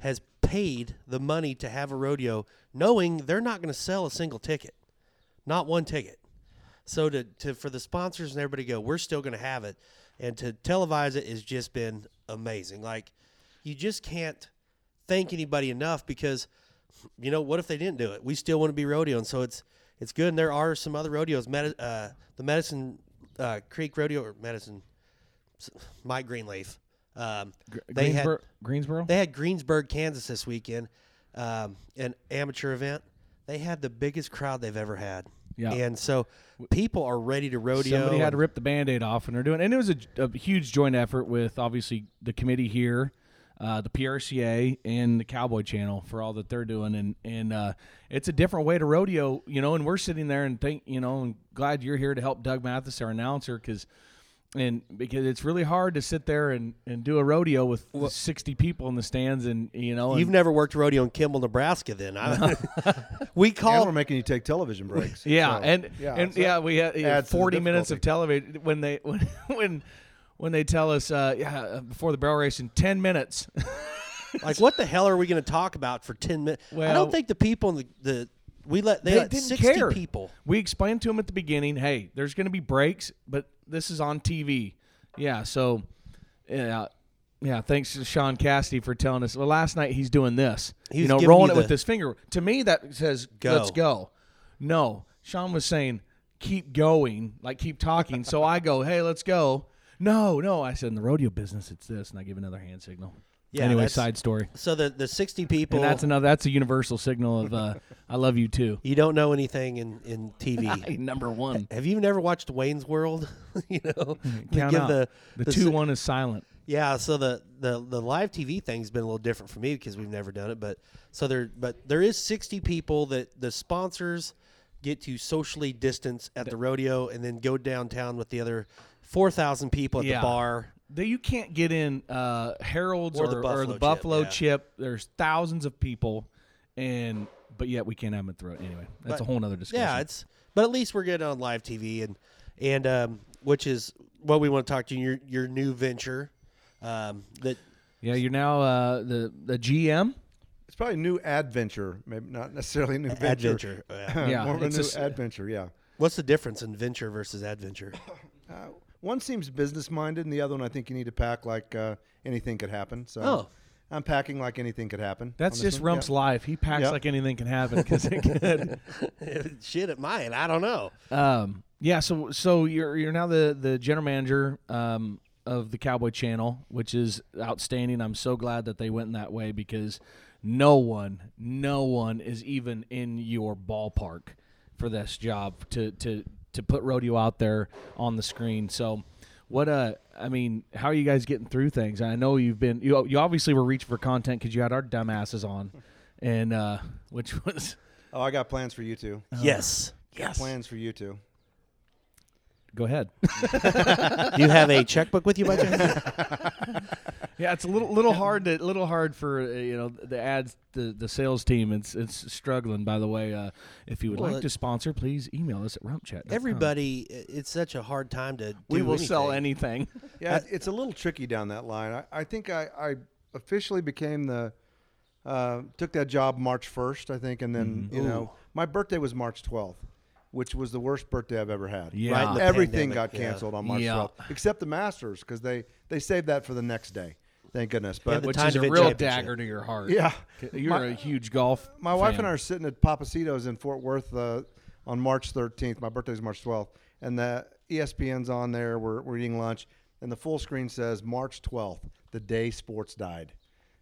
S3: has paid the money to have a rodeo, knowing they're not going to sell a single ticket, not one ticket. So to, to for the sponsors and everybody to go, we're still going to have it, and to televise it has just been amazing. Like you just can't thank anybody enough because you know what if they didn't do it? We still want to be rodeo, and so it's it's good. And there are some other rodeos. Medi- uh, the Medicine uh, Creek Rodeo or Medicine s- Mike Greenleaf. Um, they had
S2: Greensboro, Greensboro.
S3: they had Greensburg, Kansas this weekend, um, an amateur event. They had the biggest crowd they've ever had.
S2: Yeah.
S3: and so people are ready to rodeo.
S2: Somebody had
S3: and-
S2: to rip the band-aid off and they're doing and it was a, a huge joint effort with obviously the committee here uh, the PRCA and the Cowboy Channel for all that they're doing, and and uh, it's a different way to rodeo, you know. And we're sitting there and think, you know, and glad you're here to help Doug Mathis, our announcer, because and because it's really hard to sit there and, and do a rodeo with 60 people in the stands, and you know, and-
S3: You've never worked rodeo in Kimball, Nebraska, then? I, we
S4: And we're
S3: call
S4: making you take television breaks.
S2: Yeah,
S4: so,
S2: and
S4: yeah,
S2: and
S4: so
S2: yeah, we had yeah,
S4: adds to the
S2: forty minutes of
S4: difficulty.
S2: television when they when when when they tell us uh, yeah uh, before the barrel race in ten minutes.
S3: like, what the hell are we going to talk about for ten minutes? I
S2: Well-
S3: don't think the people in the, the we let they,
S2: they
S3: let
S2: didn't
S3: sixty
S2: care.
S3: people.
S2: We explained to them at the beginning, hey, there's going to be breaks, but this is on TV. Yeah, so yeah. Yeah, thanks to Sean Cassidy for telling us. Well, last night he's doing this.
S3: He
S2: you
S3: was
S2: know,
S3: giving
S2: rolling
S3: you
S2: it
S3: the-
S2: with his finger. To me, that says
S3: Go.
S2: let's go. No, Sean was saying keep going, like keep talking. so I go, hey, let's go. No, no, I said in the rodeo business, it's this, and I give another hand signal.
S3: Yeah,
S2: anyway,
S3: that's-
S2: side story.
S3: So the the sixty people.
S2: And that's another. That's a universal signal of uh, I love you too.
S3: you don't know anything in in TV.
S2: Hey, number one.
S3: Have you never watched Wayne's World? you know, they
S2: Hmm, Count
S3: give
S2: out.
S3: the-
S2: the,
S3: the
S2: two
S3: si-
S2: one is silent.
S3: Yeah, so the, the the live TV thing's been a little different for me because we've never done it, but so there but there is 60 people that the sponsors get to socially distance at the rodeo and then go downtown with the other 4,000 people at
S2: Yeah.
S3: the bar.
S2: That you can't get in uh, Harold's or,
S3: Or the
S2: or the Buffalo,
S3: Buffalo chip, yeah.
S2: chip, There's thousands of people, and but yet we can't have them at the road anyway. That's
S3: But-
S2: a whole other discussion.
S3: Yeah, it's but at least we're getting on live TV and and um, which is what we want to talk to you your your new venture um, that
S2: yeah. You're now uh, the the GM.
S4: It's probably a new adventure, maybe not necessarily a new venture.
S3: adventure. Yeah.
S2: Yeah,
S4: more of a
S2: it's
S4: new
S2: a s-
S4: adventure. Yeah.
S3: What's the difference in venture versus adventure?
S4: Uh, one seems business minded, and the other one I think you need to pack like uh, anything could happen. So
S3: Oh.
S4: I'm packing like anything could happen.
S2: That's
S4: on this
S2: just
S4: one,
S2: Rump's
S4: yeah.
S2: life. He packs
S4: Yep.
S2: like anything can happen because it could.
S3: Shit, it might. I don't know.
S2: Um, yeah. So so you're you're now the the general manager um, of the Cowboy Channel, which is outstanding. I'm so glad that they went in that way because no one, no one is even in your ballpark for this job to to to put rodeo out there on the screen. So. What uh, I mean, how are you guys getting through things? I know you've been you you obviously were reaching for content because you had our dumbasses on, and uh, which was
S4: Oh, I got plans for you two.
S3: yes.
S4: Plans for you
S2: Uh,
S4: two.
S2: go ahead.
S3: Do you have a checkbook with you by chance?
S2: Yeah, it's a little little hard to little hard for uh, you know the ads the the sales team. It's it's struggling. By the way, uh, if you would
S3: Well,
S2: like
S3: it-
S2: to sponsor, please email us at rumpchat.
S3: Everybody, it's such a hard time to. Do
S2: we will sell
S3: anything.
S2: anything.
S4: Yeah, it's- it's a little tricky down that line. I, I think I, I officially became the uh, took that job March first, I think, and then
S2: Mm-hmm.
S4: you know my birthday was March twelfth, which was the worst birthday I've ever had.
S2: Yeah. Right in the
S4: everything
S3: pandemic,
S4: got
S3: yeah.
S4: canceled on March
S2: Yeah.
S4: twelfth except the Masters because they they saved that for the next day. Thank goodness. But
S3: the
S2: which
S3: time
S2: is
S3: to
S2: a
S3: hit
S2: real
S3: championship.
S2: dagger to your heart.
S4: Yeah.
S2: you're
S4: My-
S2: a huge golf.
S4: my wife
S2: fan.
S4: and I are sitting at Papacito's in Fort Worth uh, on March 13th. My birthday's March 12th, and the E ESPN's on there. We're, we're eating lunch, and the full screen says March 12th, the day sports died.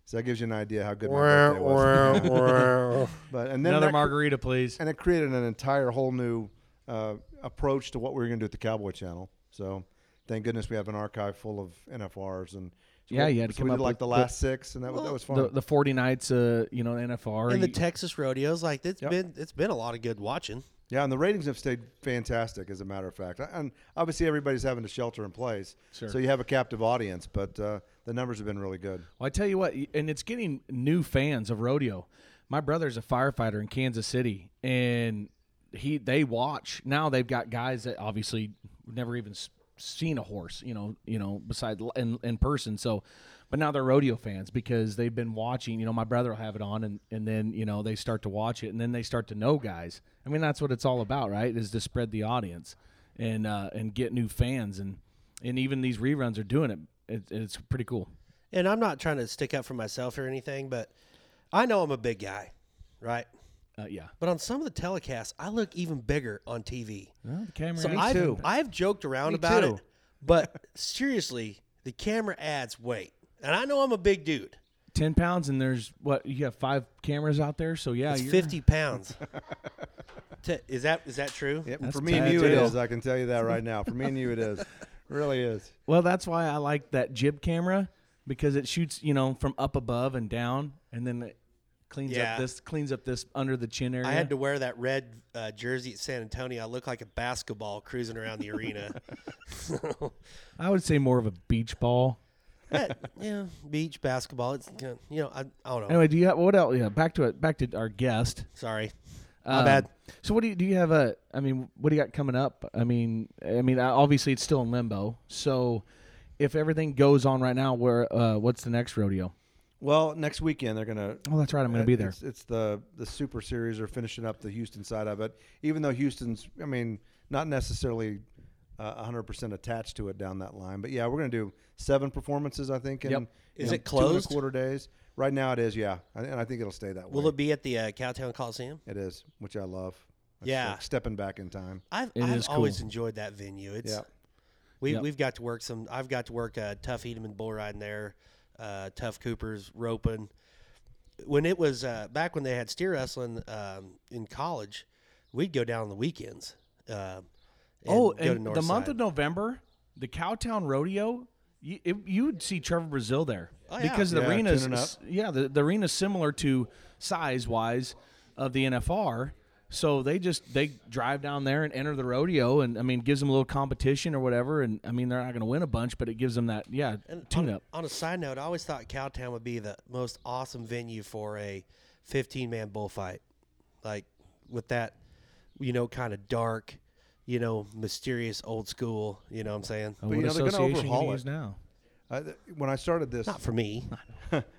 S4: So that gives you an idea how good my birthday was. but and then
S2: another
S4: that-
S2: margarita, please.
S4: and it created an entire whole new uh, approach to what we were going to do at the Cowboy Channel. So thank goodness we have an archive full of NFRs and. so
S2: Yeah,
S4: we-
S2: you had to
S4: so
S2: come
S4: we
S2: up
S4: did like
S2: with
S4: the
S2: the-
S4: last six, and that, was that was fun.
S2: the the 40 nights, uh, you know, NFR.
S3: And the
S2: you-
S3: Texas rodeos, like it's
S4: Yep.
S3: been it's been a lot of good watching.
S4: Yeah, and the ratings have stayed fantastic, as a matter of fact. And obviously, everybody's having to shelter in place, so you have a captive audience. But uh, the numbers have been really good.
S2: Well, I tell you what, and it's getting new fans of rodeo. My brother's a firefighter in Kansas City, and he they watch now. They've got guys that obviously never even s- seen a horse, you know, you know, beside in, in person. So, but now they're rodeo fans because they've been watching. You know, my brother will have it on, and and then you know they start to watch it, and then they start to know guys. I mean, that's what it's all about, right? Is to spread the audience and uh, and get new fans, and and even these reruns are doing it. it it's pretty cool.
S3: And I'm not trying to stick up for myself or anything, but I know I'm a big guy, right?
S2: Uh, yeah.
S3: But on some of the telecasts, I look even bigger on TV.
S2: the camera.
S3: So I've, I've joked around
S4: Me
S3: about
S4: too.
S3: it, but seriously, the camera adds weight, and I know I'm a big dude.
S2: ten pounds, and there's what you have five cameras out there. So yeah,
S3: It's
S2: you're-
S3: 50 pounds. Te- is that is that true?
S4: Yep,
S2: That's
S4: for me and you,
S2: bad
S4: it
S2: deal.
S4: is. I can tell you that right now. For me and you, it is. really is.
S2: Well, that's why I like that jib camera because it shoots, you know, from up above and down, and then it cleans
S3: Yeah.
S2: up this cleans up this under the chin area.
S3: I had to wear that red uh, jersey at San Antonio. I look like a basketball cruising around the arena.
S2: I would say more of a beach ball.
S3: But, yeah, beach basketball. It's you know, you know, I, I don't know.
S2: Anyway, do you have what else? Yeah, back to it. Back to our guest.
S3: Sorry,
S2: Um,
S3: bad.
S2: So what do you do? You have a? I mean, what do you got coming up? I mean, I mean, I- obviously it's still in limbo. So if everything goes on right now, where uh, what's the next rodeo?
S4: Well, next weekend they're gonna.
S2: Oh, that's right. I'm gonna
S4: uh,
S2: be there.
S4: It's, it's the the Super Series. They're finishing up the Houston side of it. Even though Houston's, I mean, not necessarily uh, 100% attached to it down that line. But yeah, we're gonna do seven performances. I think. In,
S2: Yep.
S4: you
S3: Is
S4: know,
S3: it
S4: Two and a
S3: closed?
S4: quarter days. Right now it is. Yeah, and and I think it'll stay that way.
S3: will it be at the uh, Cowtown Coliseum?
S4: It is, which I love. It's
S3: Yeah.
S4: like stepping back in time.
S3: I've
S2: It
S3: I've
S2: is cool.
S3: always enjoyed that venue. It's
S4: Yeah.
S3: we
S2: Yep.
S3: we've got to work some. I've got to work uh, tough Edeman bull riding there, uh, tough Coopers roping. When it was uh, back when they had steer wrestling um, in college, we'd go down on the weekends. Uh, and
S2: Oh,
S3: go to
S2: and the month
S3: Northside.
S2: of November, the Cowtown Rodeo, you, it, you would see Trevor Brazil there
S3: Oh, yeah.
S2: because the
S4: Yeah,
S2: arena's
S4: tuning up.
S2: s- yeah the, the arena's similar to size wise of the NFR. So they just they drive down there and enter the rodeo, and I mean gives them a little competition or whatever, and I mean they're not going to win a bunch, but it gives them that yeah
S4: uh,
S2: tune up.
S3: On a side note, I always thought Cowtown would be the most awesome venue for a 15 man bullfight. Like with that, you know, kind of dark, you know, mysterious old school, you know what I'm saying?
S2: what
S4: you know, they're gonna
S2: association you
S4: overhaul
S2: gonna
S4: it.
S2: use now?
S4: I, th- when I started this,
S3: Not for me.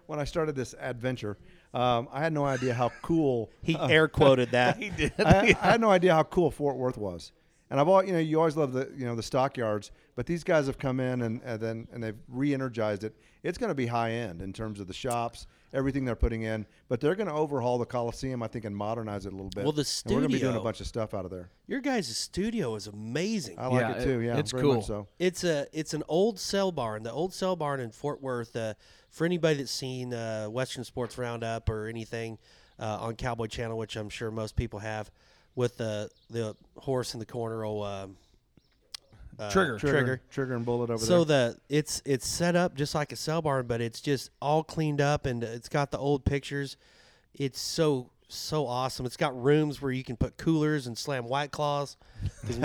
S4: when I started this adventure, um, I had no idea how cool.
S3: He air quoted that.
S4: I, I had no idea how cool Fort Worth was. And I've all you know, you always love the you know the stockyards, but these guys have come in and, and then and they've re-energized it. It's going to be high end in terms of the shops, everything they're putting in, but they're going to overhaul the Coliseum, I think, and modernize it a little bit.
S3: Well, the
S4: And we're going to be doing a
S3: studio-
S4: bunch of stuff out of there.
S3: Your guys' studio is amazing.
S4: I like
S2: Yeah,
S4: it too.
S2: it-
S4: Yeah,
S2: it's
S4: very
S2: cool.
S4: Much so
S3: It's a it's an old cell barn. The old cell barn in Fort Worth. Uh, for anybody that's seen uh, Western Sports Roundup or anything uh, on Cowboy Channel, which I'm sure most people have, with the the horse in the corner, old um,
S2: Trigger,
S4: Uh, trigger, trigger and bullet over
S3: So
S4: there.
S3: the it's it's set up just like a cell barn, but it's just all cleaned up and it's got the old pictures. It's so so awesome. It's got rooms where you can put coolers and slam white claws. 'Cause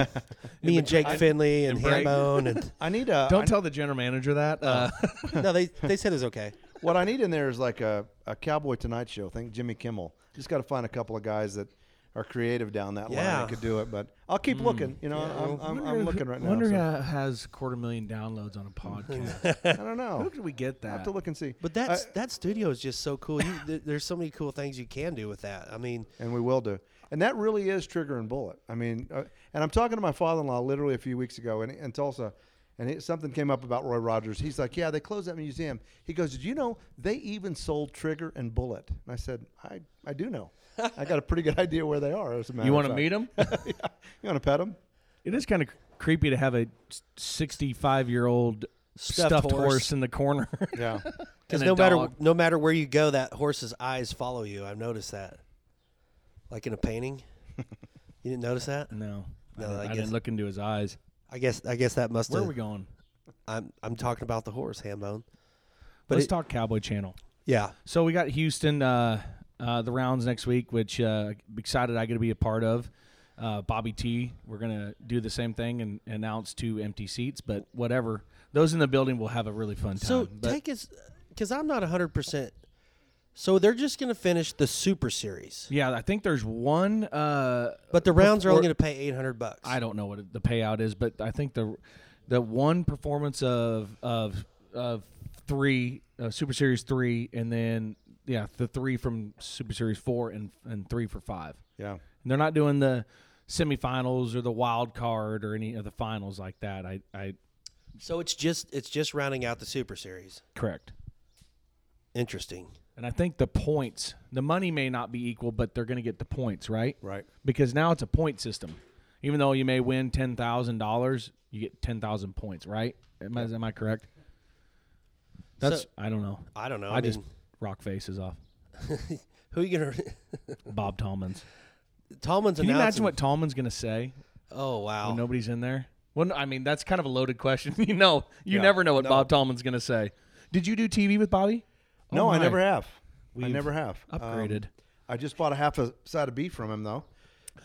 S3: we- me and Jake Finley and,
S2: Brady.
S3: Hambone and
S4: I need a
S2: Don't tell the general manager that. Uh,
S3: no, they they said it was okay.
S4: What I need in there is like a, a Cowboy Tonight show. Think Jimmy Kimmel. Just got to find a couple of guys that are creative down that line
S3: Yeah.
S4: that could do it. But I'll keep looking. You know, I'm, I'm, I'm looking right now.
S2: Wonder
S4: so
S2: how has quarter million downloads on a podcast.
S4: I don't know.
S2: How did we get that?
S4: I have to look and see.
S3: But
S4: I-
S3: that's that studio is just so cool. You, th- there's so many cool things you can do with that. I mean,
S4: and we will do. And that really is trigger and bullet. I mean, uh, and I'm talking to my father-in-law literally a few weeks ago in, in Tulsa, And it, something came up about Roy Rogers. He's like, "Yeah, they closed that museum." He goes, "Did you know they even sold Trigger and Bullet?" And I said, "I, I do know. I got a pretty good idea where they are." As a matter
S2: You
S4: want to
S2: meet him?
S4: You want to pet them?
S2: it is kind of creepy to have a 65 year old
S3: Stuffed
S2: stuffed,
S3: horse.
S2: horse. in the corner.
S4: Yeah.
S2: And
S3: Because
S2: a
S3: no matter
S2: dog.
S3: no matter where you go, that horse's eyes follow you. I've noticed that, like in a painting. you didn't notice that?
S2: no,
S3: No,
S2: I, don't-
S3: I
S2: I
S3: guess-
S2: didn't look into his eyes.
S3: I guess I guess that must.
S2: Where
S3: have
S2: are we going?
S3: I'm I'm talking about the horse, Hambone. But
S2: Let's
S3: it-
S2: talk Cowboy Channel.
S3: Yeah,
S2: So we got Houston uh, uh, the rounds next week, which uh, excited I get to be a part of. Uh, Bobby T, we're gonna do the same thing and announce two empty seats, but whatever. Those in the building will have a really fun time.
S3: So
S2: but
S3: take us, because I'm not 100. percent So they're just going to finish the Super Series,
S2: yeah, I think there's one. Uh,
S3: but the rounds are only
S2: Before-
S3: going to pay 800 bucks.
S2: I don't know what the payout is, but I think the the one performance of of of three uh, Super Series three, and then yeah, the three from Super Series four and and three for five.
S4: Yeah.
S2: And they're not doing the semifinals or the wild card or any of the finals like that. I, I
S3: So it's just it's just rounding out the Super Series.
S2: correct.
S3: Interesting.
S2: And I think the points, the money may not be equal, but they're going to get the points, right?
S4: Right.
S2: Because now it's a point system. Even though you may win ten thousand dollars, you get ten thousand points, right? Am I, am I correct? That's
S3: So-
S2: I don't know.
S3: I don't know.
S2: I,
S3: I,
S2: just
S3: mean,
S2: rock faces off.
S3: who are you going to?
S2: Bob Tallman's.
S3: Tallman's
S2: Can you
S3: announcing.
S2: imagine what Tallman's going to say
S3: oh wow.
S2: when nobody's in there? Well, no, I mean that's kind of a loaded question. you know, you never know what Bob Tallman's going to say. Did you do TV with Bobby? Oh
S4: no, I
S2: my.
S4: never have. I
S2: We've
S4: never have Um,
S2: Upgraded.
S4: I just bought a half a side of beef from him though.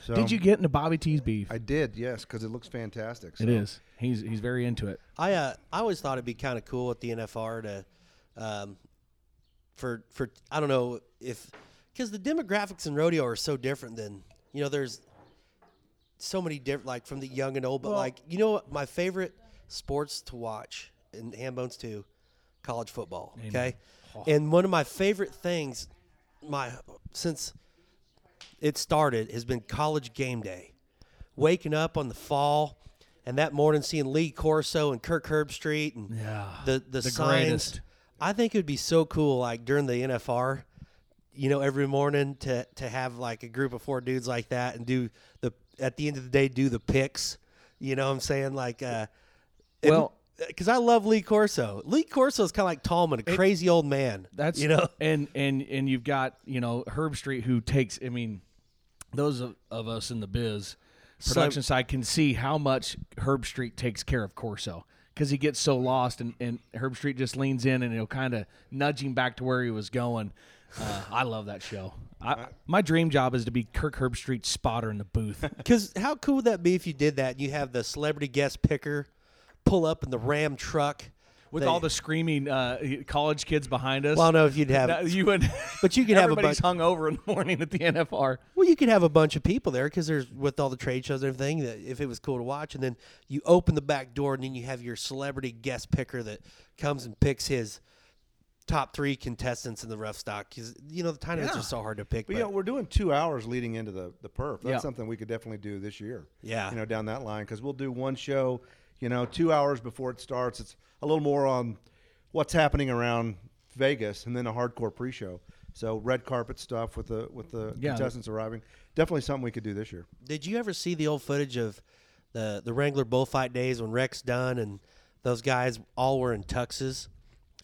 S4: So
S3: Um,
S2: Did you get into Bobby T's beef?
S4: I did, yes, because it looks fantastic. So.
S2: it is. He's he's very into it.
S3: I uh, I always thought it'd be kind of cool at the NFR to, um, for for I don't know if because the demographics in rodeo are so different than you know there's so many different like from the young and old, but like you know what my favorite sports to watch and handbones too, college football. Okay, and one of my favorite things, my since it started has been college game day. Waking up on the fall and that morning seeing Lee Corso and Kirk Herbstreit and the, the, signs.
S2: greatest.
S3: I think it would be so cool, like during the NFR, you know, every morning to, to have like a group of four dudes like that and do the, at the end of the day, do the picks. You know what I'm saying? Like, uh,
S2: Well-
S3: because I love Lee Corso. Lee Corso is kind of like Tallman, a crazy old man.
S2: That's
S3: you know,
S2: and and and you've got you know Herb Street who takes. I mean, those of, of us in the biz production side can see how much Herb Street takes care of Corso because he gets so lost, and and Herb Street just leans in and he'll kind of nudge him back to where he was going. Uh, I love that show. I, my dream job is to be Kirk Herb Street's spotter in the booth.
S3: Because how cool would that be if you did that? And you have the celebrity guest picker pull up in the Ram truck
S2: with
S3: They-
S2: all the screaming uh, college kids behind us.
S3: Well, I don't know if you'd have,
S2: That- you would,
S3: but you could have a
S2: everybody's
S3: bunch.
S2: hung over in the morning at the NFR.
S3: Well, you could have a bunch of people there because there's with all the trade shows and everything. That if it was cool to watch, and then you open the back door, and then you have your celebrity guest picker that comes and picks his top three contestants in the rough stock. Because you know the time is just so hard to pick.
S4: But
S3: But
S4: yeah, we're doing two hours leading into the the perf. That's
S2: Yeah.
S4: something we could definitely do this year.
S3: Yeah.
S4: you know, down that line because we'll do one show, you know, two hours before it starts. It's a little more on what's happening around Vegas, and then a hardcore pre-show. So red carpet stuff with the with the
S2: Yeah.
S4: contestants arriving. Definitely something we could do this year.
S3: Did you ever see the old footage of the the Wrangler bullfight days when Rex Dunn and those guys all were in tuxes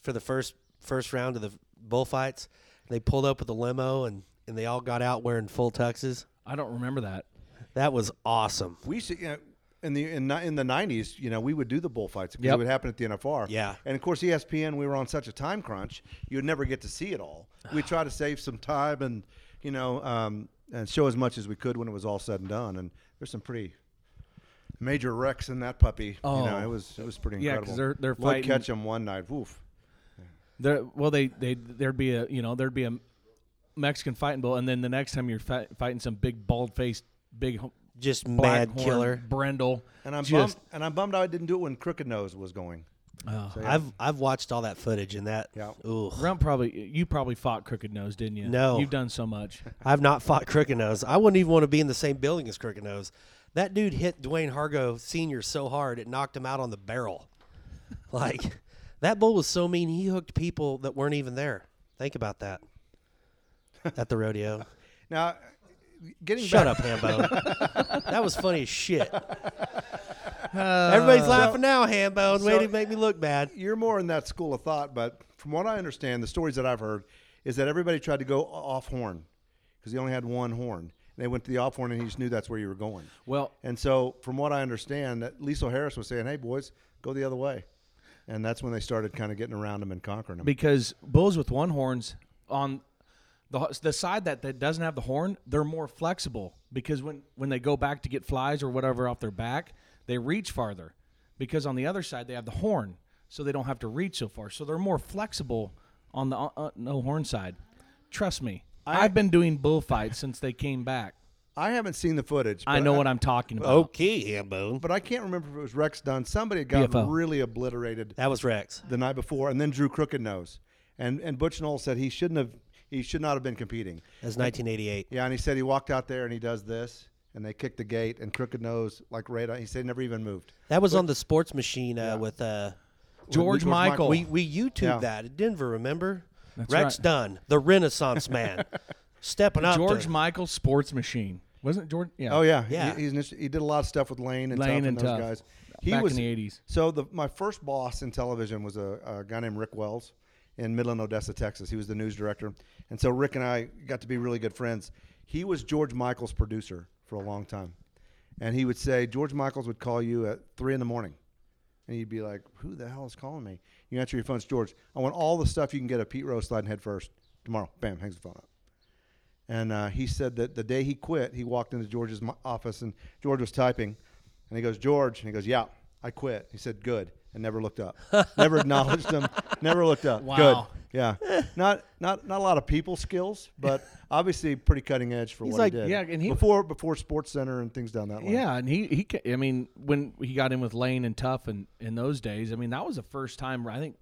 S3: for the first first round of the bullfights? They pulled up with a limo and and they all got out wearing full tuxes.
S2: I don't remember that.
S3: That was awesome.
S4: we should, you know, in the in, ni- in the nineties, you know, we would do the bullfights because
S2: Yep.
S4: it would happen at the NFR.
S3: Yeah.
S4: and of course E ESPN, we were on such a time crunch, you would never get to see it all. We try to save some time and you know um, and show as much as we could when it was all said and done. And there's some pretty major wrecks in that puppy. you know,
S2: Oh.
S4: it was it was pretty
S2: Yeah,
S4: incredible.
S2: 'cause they're- they're
S4: Lloyd
S2: fighting-
S4: Ketchum one night. Woof.
S2: There, well, they they there'd be a you know there'd be a Mexican fighting bull, and then the next time you're fi- fighting some big bald faced big h-
S3: Just
S2: black
S3: mad
S2: horn
S3: killer.
S2: Brendel.
S4: And I'm
S2: just
S4: bummed, and I'm bummed I didn't do it when Crooked Nose was going.
S3: I've I've watched all that footage and that.
S4: Yeah.
S3: Ooh,
S2: Rump probably you probably fought Crooked Nose, didn't you?
S3: No.
S2: you've done so much.
S3: I've not fought Crooked Nose. I wouldn't even want to be in the same building as Crooked Nose. That dude hit Dwayne Hargo Senior so hard it knocked him out on the barrel. like that bull was so mean he hooked people that weren't even there. Think about that. At the rodeo.
S4: Now, getting
S3: Shut
S4: back,
S3: up, Hambone. that was funny as shit. Everybody's laughing now, Hambone. Way
S4: so-
S3: to make me look bad.
S4: you're more in that school of thought, but from what I understand, the stories that I've heard is that everybody tried to go o- off horn because he only had one horn. And they went to the off horn, and he just knew that's where you were going.
S2: Well-
S4: and so from what I understand, that Liesl Harris was saying, "Hey, boys, go the other way," and that's when they started kind of getting around him and conquering him.
S2: because bulls with one horns on the the side that, that doesn't have the horn, they're more flexible because when when they go back to get flies or whatever off their back, they reach farther because on the other side they have the horn, so they don't have to reach so far. So they're more flexible on the uh, uh, no horn side. Trust me, I, have been doing bullfights since they came back.
S4: I haven't seen the footage.
S2: I
S4: but uh,
S2: know what I'm talking about.
S3: Okay, Hambone.
S4: but I can't remember if it was Rex Dunn. Somebody had gotten
S2: BFO.
S4: really obliterated
S3: That was Rex.
S4: the night before, and then Drew Crooked Nose, and and Butch Knoll said he shouldn't have, he should not have been competing.
S3: That was 1988.
S4: Yeah, and he said he walked out there and he does this, and they kicked the gate, and Crooked Nose like right. on- He said he never even moved.
S3: That was on the sports machine uh, with uh,
S2: George,
S4: George
S2: Michael.
S4: Michael.
S3: we we YouTube
S4: Yeah.
S3: that at Denver. Remember, Rex
S2: right.
S3: Dunn, the Renaissance man, stepping up.
S2: George
S3: to,
S2: Michael sports machine. Wasn't it George? Yeah.
S4: Oh yeah,
S3: Yeah.
S4: He, he's an inter- he did a lot of stuff with Lane and
S2: Lane
S4: Tough and,
S2: and
S4: those
S2: Tough.
S4: guys. He
S2: Back in
S4: was
S2: the 80s.
S4: So the my first boss in television was a, a guy named Rick Wells in Midland, Odessa, Texas. He was the news director, and so Rick and I got to be really good friends. He was George Michael's producer for a long time, and he would say George Michael's would call you at three in the morning. And you'd be like, "Who the hell is calling me?" You answer your phone, it's George. I want all the stuff you can get at Pete Rose sliding head first tomorrow. Bam, hangs the phone up. And uh, he said that the day he quit, he walked into George's mo- office and George was typing, and he goes, "George," and he goes, "Yeah, I quit." He said, "Good," and never looked up, never acknowledged him, never looked up.
S2: Wow.
S4: Good. Yeah. Not not not a lot of people skills, but obviously pretty cutting edge for what
S2: like,
S4: he did.
S2: yeah, and he-
S4: before before Sports Center and things down that line.
S2: Yeah, and he he. ca- I mean, when he got in with Lane and Tough, and in those days, I mean, that was the first time I think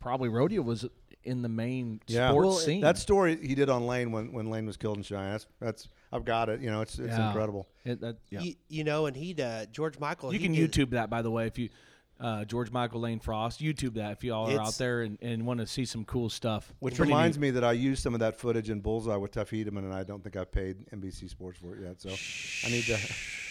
S2: probably rodeo was in the main
S4: Yeah.
S2: sports
S4: Well,
S2: scene.
S4: That story he did on Lane when, when Lane was killed in Cheyenne. That's, that's I've got it. You know, it's it's
S2: Yeah.
S4: incredible.
S2: It- that- yeah.
S3: you, you know, and he'd uh, George Michael.
S2: You
S3: he
S2: can
S3: did-
S2: YouTube that, by the way, if you uh, George Michael Lane Frost. YouTube that if you all are
S3: It's-
S2: out there and, and want to see some cool stuff.
S4: Which reminds me that I used some of that footage in Bullseye with Tuff Hedeman, and I don't think I paid NBC Sports for it yet. So I need to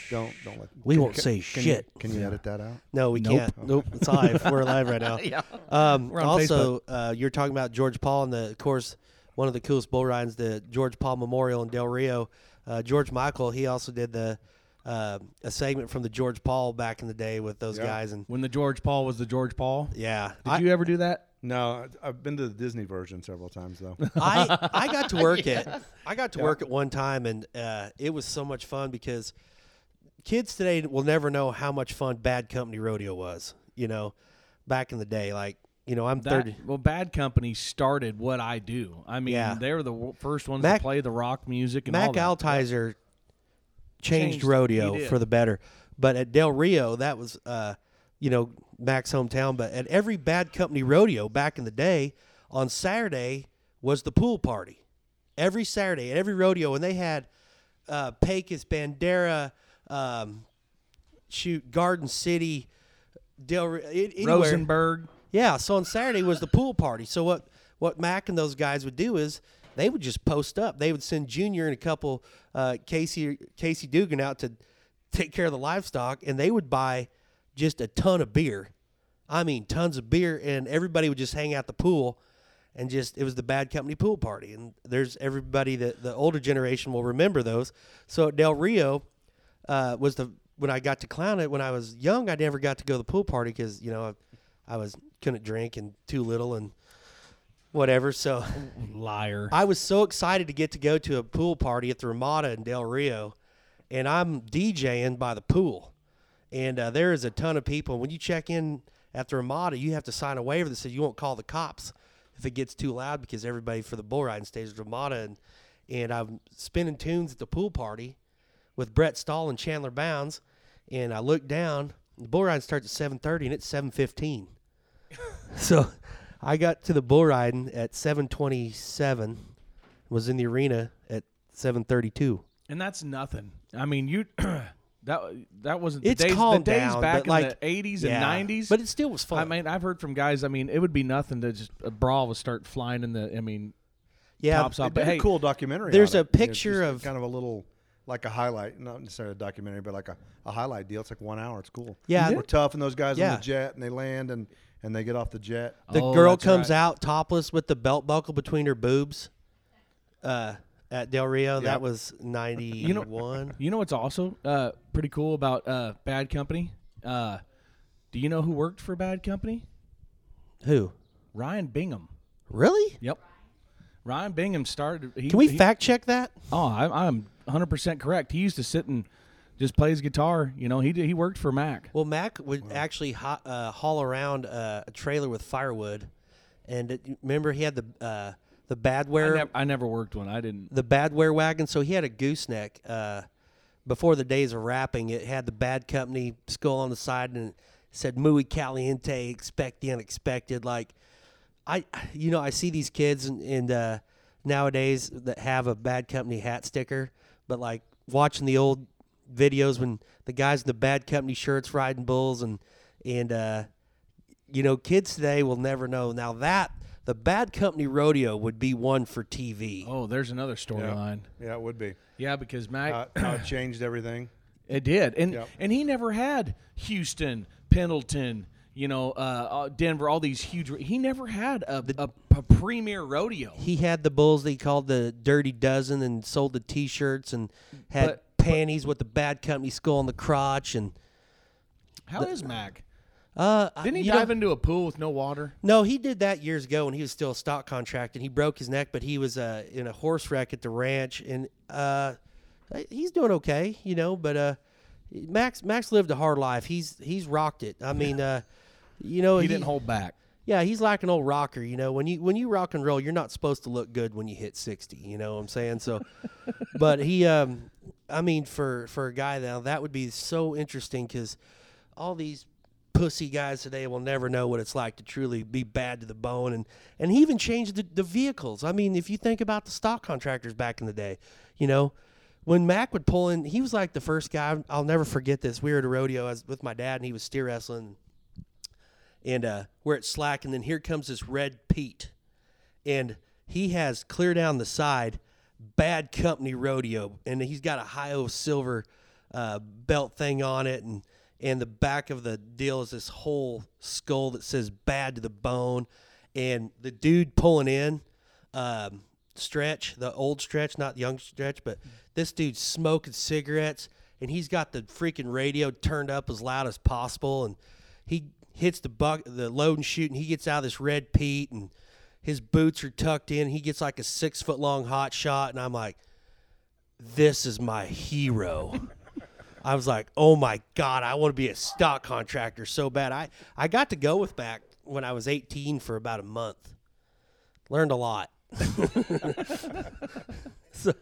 S4: don't don't let.
S3: We won't say
S4: you-
S3: shit.
S4: can you edit that out?
S3: No, we can't. Nope, it's live. We're live right now. yeah. Um,
S2: on
S3: also, uh, you're talking about George Paul, and the, of course, one of the coolest bull rides, the George Paul Memorial in Del Rio. Uh, George Michael, he also did the uh, a segment from the George Paul back in the day with those guys, and
S2: when the George Paul was the George Paul.
S3: yeah,
S2: Did
S3: I,
S2: you ever do that?
S4: No, I- I've been to the Disney version several times though.
S3: I I got to work at I got to work at one time, and uh, it was so much fun because kids today will never know how much fun Bad Company Rodeo was. You know, back in the day, like you know, I'm
S2: That,
S3: thirty.
S2: well, Bad Company started what I do. I mean,
S3: Yeah.
S2: they were the w- first ones
S3: Mac-
S2: to play the rock music and all
S3: Mac
S2: that.
S3: Altizer changed,
S2: Changed. He
S3: rodeo
S2: did.
S3: for the better, but at Del Rio, that was uh, you know Mac's hometown. But at every Bad Company Rodeo back in the day, on Saturday was the pool party. Every Saturday at every rodeo, and they had uh, Pecos, Bandera, um, shoot Garden City, Del Rio, it, anywhere.
S2: Rosenberg.
S3: Yeah, so on Saturday was the pool party. So what what Mac and those guys would do is they would just post up. They would send Junior and a couple uh, Casey Casey Dugan out to take care of the livestock, and they would buy just a ton of beer. I mean, tons of beer, and everybody would just hang out at the pool, and just it was the bad company pool party. And there's everybody that the older generation will remember those. So at Del Rio, uh, was the when I got to clown it when I was young. I never got to go to the pool party because you know I, I was couldn't drink and too little and whatever. So
S2: Liar.
S3: I was so excited to get to go to a pool party at the Ramada in Del Rio, and I'm DJing by the pool, and uh, there is a ton of people. When you check in at the Ramada, you have to sign a waiver that says you won't call the cops if it gets too loud because everybody for the bull riding stays at the Ramada, and and I'm spinning tunes at the pool party with Brett Stahl and Chandler Bounds, and I look down. The bull riding starts at 7:30, and it's 7:15. So I got to the bull riding at 7:27. Was in the arena at 7:32.
S2: And that's nothing. I mean, you That that wasn't the
S3: It's
S2: days, the
S3: calmed
S2: days
S3: down,
S2: back
S3: but like
S2: in the eighties
S3: yeah.
S2: and nineties.
S3: but it still was fun.
S2: I mean, I've heard from guys. I mean, it would be nothing to just a brawl would start flying in the. I mean,
S3: yeah,
S2: tops off.
S4: It'd been
S2: But hey,
S4: a cool documentary.
S3: there's a
S4: on it, you know,
S3: picture
S4: just
S3: of-
S4: kind of a little like a highlight, not necessarily a documentary, but like a, a highlight deal. It's like one hour. It's cool.
S3: Yeah.
S4: we're tough, and those guys on
S3: Yeah.
S4: the jet, and they land, and and they get off the jet.
S3: The
S2: Oh,
S3: girl
S2: that's
S3: comes
S2: right.
S3: out topless with the belt buckle between her boobs. Uh, at Del Rio, that was ninety one.
S2: You know what's also uh, pretty cool about uh, Bad Company? Uh, do you know who worked for Bad Company?
S3: Who?
S2: Ryan Bingham.
S3: Really?
S2: Yep. Ryan Bingham started. He,
S3: Can we
S2: he-
S3: fact check that?
S2: Oh, I, I'm 100 percent correct. He used to sit and just play his guitar. You know, he did, he worked for Mac.
S3: Well, Mac would actually ho- uh, haul around uh, a trailer with firewood, and it, remember he had the uh, the
S2: I,
S3: badware
S2: nev- I never worked one. I didn't.
S3: the badware wagon. So he had a gooseneck. Uh, before the days of rapping, it had the bad company skull on the side and it said "Muy Caliente," expect the unexpected. Like I, you know, I see these kids and, and uh, nowadays that have a bad company hat sticker, but like watching the old videos when the guys in the bad company shirts riding bulls and and uh, you know, kids today will never know. Now that the bad company rodeo would be one for TV.
S2: Oh, there's another storyline.
S4: Yeah, it would be.
S2: Yeah, because Mac.
S4: How, how it changed everything.
S2: It did, and
S4: Yep.
S2: and he never had Houston, Pendleton, you know, uh, uh, Denver, all these huge. He never had a, a, a premier rodeo.
S3: he had the bulls that he called the Dirty Dozen and sold the T-shirts and had
S2: But-
S3: panties with the bad company skull on the crotch and
S2: How is Mac?
S3: uh, I-
S2: Didn't he
S3: you
S2: dive
S3: know-
S2: into a pool with no water?
S3: No, he did that years ago when he was still a stock contract and he broke his neck, but he was uh, in a horse wreck at the ranch and uh, he's doing okay, you know. But uh, Max Max lived a hard life. He's he's rocked it. I mean, uh, you know,
S2: He, didn't hold back.
S3: Yeah, he's like an old rocker. You know, when you when you rock and roll, you're not supposed to look good when you hit sixty. You know what I'm saying? So, but he, um, I mean, for for a guy now, that would be so interesting because all these pussy guys today will never know what it's like to truly be bad to the bone. And and he even changed the, the vehicles. I mean, if you think about the stock contractors back in the day, you know, when Mac would pull in, he was like the first guy. I'll never forget this. We were at a rodeo I was with my dad, and he was steer wrestling and uh, we're at slack, and then here comes this red Pete, and he has clear down the side, bad company rodeo, and he's got a high silver uh, belt thing on it, and and the back of the deal is this whole skull that says bad to the bone, and the dude pulling in, um, stretch, the old stretch, not young stretch, but this dude's smoking cigarettes and he's got the freaking radio turned up as loud as possible and he hits the buck the load and shoot and he gets out of this red peat and his boots are tucked in. He gets like a six foot long hot shot and I'm like, This is my hero. I was like, oh my God, I want to be a stock contractor so bad. I, I got to go with back when I was 18 for about a month. Learned a lot. so,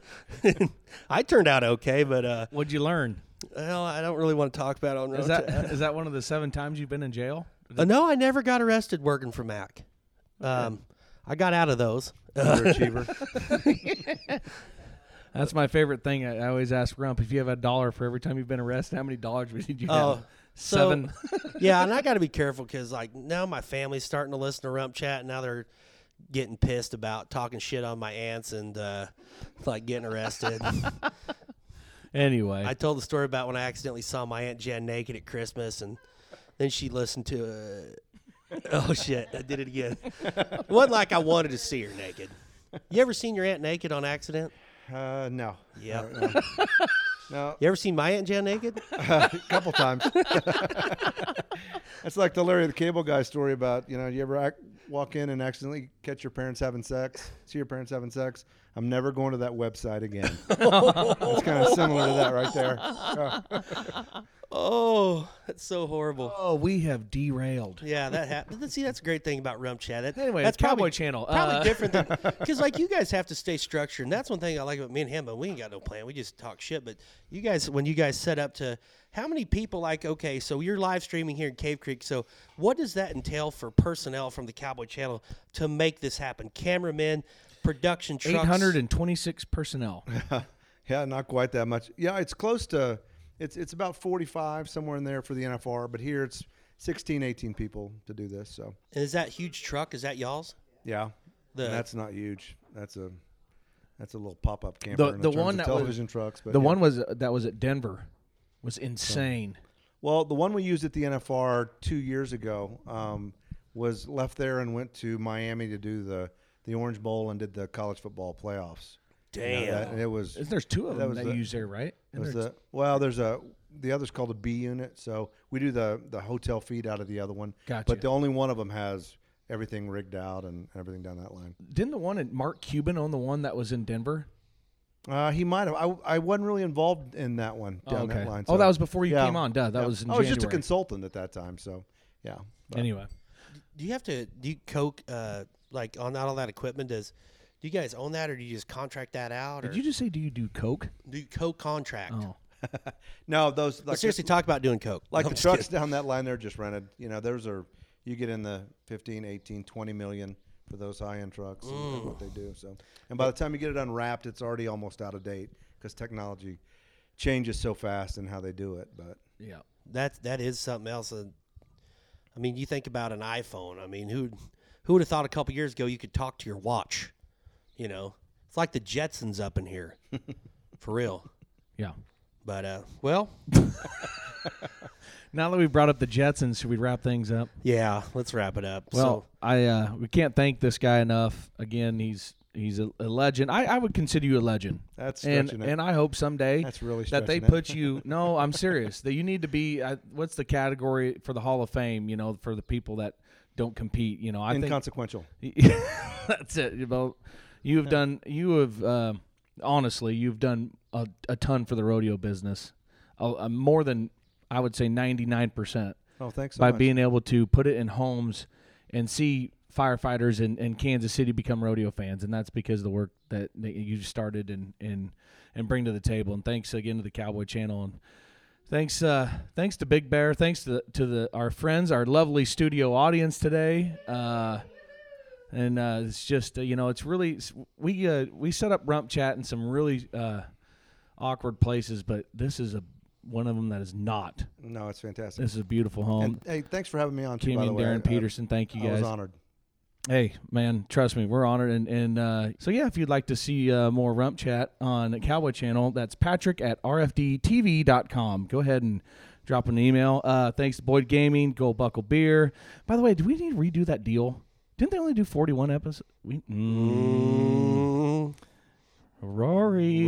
S3: I turned out okay, but uh,
S2: What'd you learn?
S3: well, I don't really want to talk about it on road
S2: Is that
S3: trip.
S2: is that one of the seven times you've been in jail?
S3: Uh, no, I never got arrested working for Mac. Um, I got out of those.
S4: Underachiever.
S2: That's my favorite thing. I, I always ask Rump if you have a dollar for every time you've been arrested. How many dollars would you
S3: Oh,
S2: have?
S3: so-
S2: Seven.
S3: yeah, and I got to be careful because like now my family's starting to listen to Rump Chat, and now they're getting pissed about talking shit on my aunts and uh, like getting arrested.
S2: anyway,
S3: I told the story about when I accidentally saw my aunt Jen naked at Christmas, and then she listened to. Uh, oh shit! I did it again. it wasn't like I wanted to see her naked. You ever seen your aunt naked on accident?
S4: uh, no.
S3: Yeah.
S4: No.
S3: You ever seen my aunt Jen naked?
S4: a couple times. That's like the Larry the Cable Guy story about you know you ever ac walk in and accidentally catch your parents having sex, see your parents having sex. I'm never going to that website again. It's kind of similar to that right there. Uh,
S3: Oh, that's so horrible.
S2: oh, we have derailed.
S3: Yeah, that happened. But see, that's a great thing about Rump Chat. That,
S2: Anyway,
S3: that's
S2: it's Cowboy
S3: probably-
S2: Channel.
S3: Probably
S2: Uh,
S3: different than because like you guys have to stay structured, and that's one thing I like about me and him. But we ain't got no plan. We just talk shit. But you guys, when you guys set up to how many people? Like, okay, so you're live streaming here in Cave Creek. So what does that entail for personnel from the Cowboy Channel to make this happen? Cameramen, production trucks.
S2: 826 personnel.
S4: yeah, not quite that much. Yeah, it's close to it's it's about 45 somewhere in there for the NFR, but here it's 16, 18 people to do this. So
S3: And is that huge truck? Is that y'all's?
S4: yeah,
S3: The-
S4: and that's not huge. That's a that's a little pop up camper.
S2: The-
S4: in
S2: the
S4: terms
S2: one
S4: of
S2: that was-
S4: television trucks, but
S2: the
S4: yeah.
S2: one was uh, that was at Denver was insane.
S4: Well, the one we used at the NFR two years ago um, was left there and went to Miami to do the the Orange Bowl and did the college football playoffs. Damn, and it was
S2: Isn't there's two of
S4: That
S2: them
S4: was
S2: that,
S4: the-
S2: use there, right?
S4: It
S2: And
S4: was
S2: there's-
S4: the well, there's a the other's called a B unit, so we do the the hotel feed out of the other one.
S2: Gotcha.
S4: But the only one of them has everything rigged out and everything down that line.
S2: didn't the one in Mark Cuban own the one that was in Denver?
S4: Uh, he might have. I, I wasn't really involved in that one down
S2: okay.
S4: that line.
S2: Oh, that was before you came on, duh, that was in
S4: I Oh, was just a
S2: January.
S4: consultant at that time, so yeah. But
S2: Anyway,
S3: Do you have to do you coke uh like on all that equipment? Does do you guys own that or do you just contract that out? Or
S2: did you just say do you do coke?
S3: do you co contract?
S2: Oh.
S4: no, those like
S3: seriously talk about doing coke.
S4: like
S3: No,
S4: the
S3: I'm just
S4: trucks
S3: kidding.
S4: down that line they're just rented you know those are you get in the 15 18 20 million for those high-end trucks and- and what they
S3: Mm.
S4: do so and by the time you get it unwrapped it's already almost out of date because technology changes so fast in how they do it but
S2: Yeah.
S3: That's that is something else. Uh, I mean, you think about an iPhone. I mean, who who would have thought a couple years ago you could talk to your watch? You know, it's like the Jetsons up in here, for real.
S2: Yeah.
S3: But uh, well,
S2: Now that we've brought up the Jetsons, should we wrap things up?
S3: yeah. Let's wrap it up.
S2: Well, I uh, we can't thank this guy enough. Again, he's he's a, a legend. I, I would consider you a legend.
S4: That's
S2: and
S4: stretching it.
S2: and I hope someday
S4: That's really
S2: that they
S4: stretching it.
S2: put you. No, I'm serious. that you need to be. I, what's the category for the Hall of Fame? You know, for the people that don't compete. You know, I think
S4: inconsequential
S2: that's it. Well, you have done. You have uh, honestly, you've done a, a ton for the rodeo business, a, a more than I would say ninety nine percent
S4: oh thanks so
S2: by
S4: much.
S2: being able to put it in homes and see firefighters in, in Kansas City become rodeo fans, and that's because of the work that, that you started and and and bring to the table. And thanks again to the Cowboy Channel and. Thanks, uh, thanks to Big Bear. Thanks to to the our friends, our lovely studio audience today. Uh, and uh, it's just uh, you know, it's really it's- we uh, we set up Rump Chat in some really uh, awkward places, but this is a one of them that is not.
S4: no it's fantastic
S2: This is a beautiful home.
S4: and hey thanks for having me on too
S2: Kimmy
S4: by the
S2: and
S4: way
S2: Darren
S4: I- I-
S2: Peterson, thank you
S4: I was
S2: guys.
S4: honored
S2: Hey, man, trust me, we're honored. And, and uh, so, yeah, if you'd like to see uh, more Rump Chat on Cowboy Channel, that's patrick at rfdtv.com. Go ahead and drop an email. Uh, thanks to Boyd Gaming, Gold Buckle Beer. By the way, do we need to redo that deal? Didn't they only do 41 episodes? We, mm. Rory.
S3: Rory,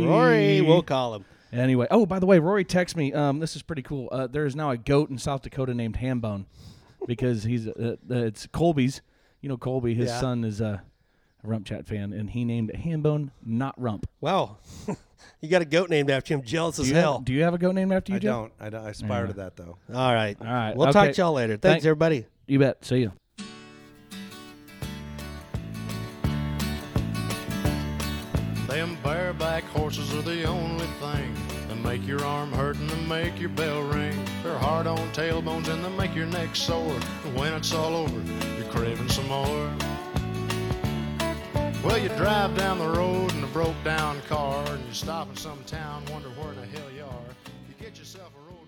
S3: mm-hmm. we'll call him.
S2: Anyway, oh by the way, Rory texts me. Um, this is pretty cool. Uh, there is now a goat in South Dakota named Hambone, because he's uh, uh, it's Colby's. You know Colby, his
S3: Yeah.
S2: son is a Rump Chat fan, and he named it Hambone, not Rump.
S3: Wow, you got a goat named after him. Jealous as
S2: Do you,
S3: hell.
S2: Have, do you have a goat named after you?
S4: I
S2: Jeff?
S4: don't, I don't I aspire to that though
S3: All right.
S2: All right.
S3: We'll talk
S2: Okay.
S3: to y'all later.
S2: Thank-
S3: Thanks, everybody.
S2: You bet. See ya.
S1: Them bareback horses are the only thing that make your arm hurt and that make your bell ring. They're hard on tailbones and they make your neck sore. And when it's all over, you're craving some more. Well, you drive down the road in a broke down car and you stop in some town, wonder where in the hell you are. You get yourself a road.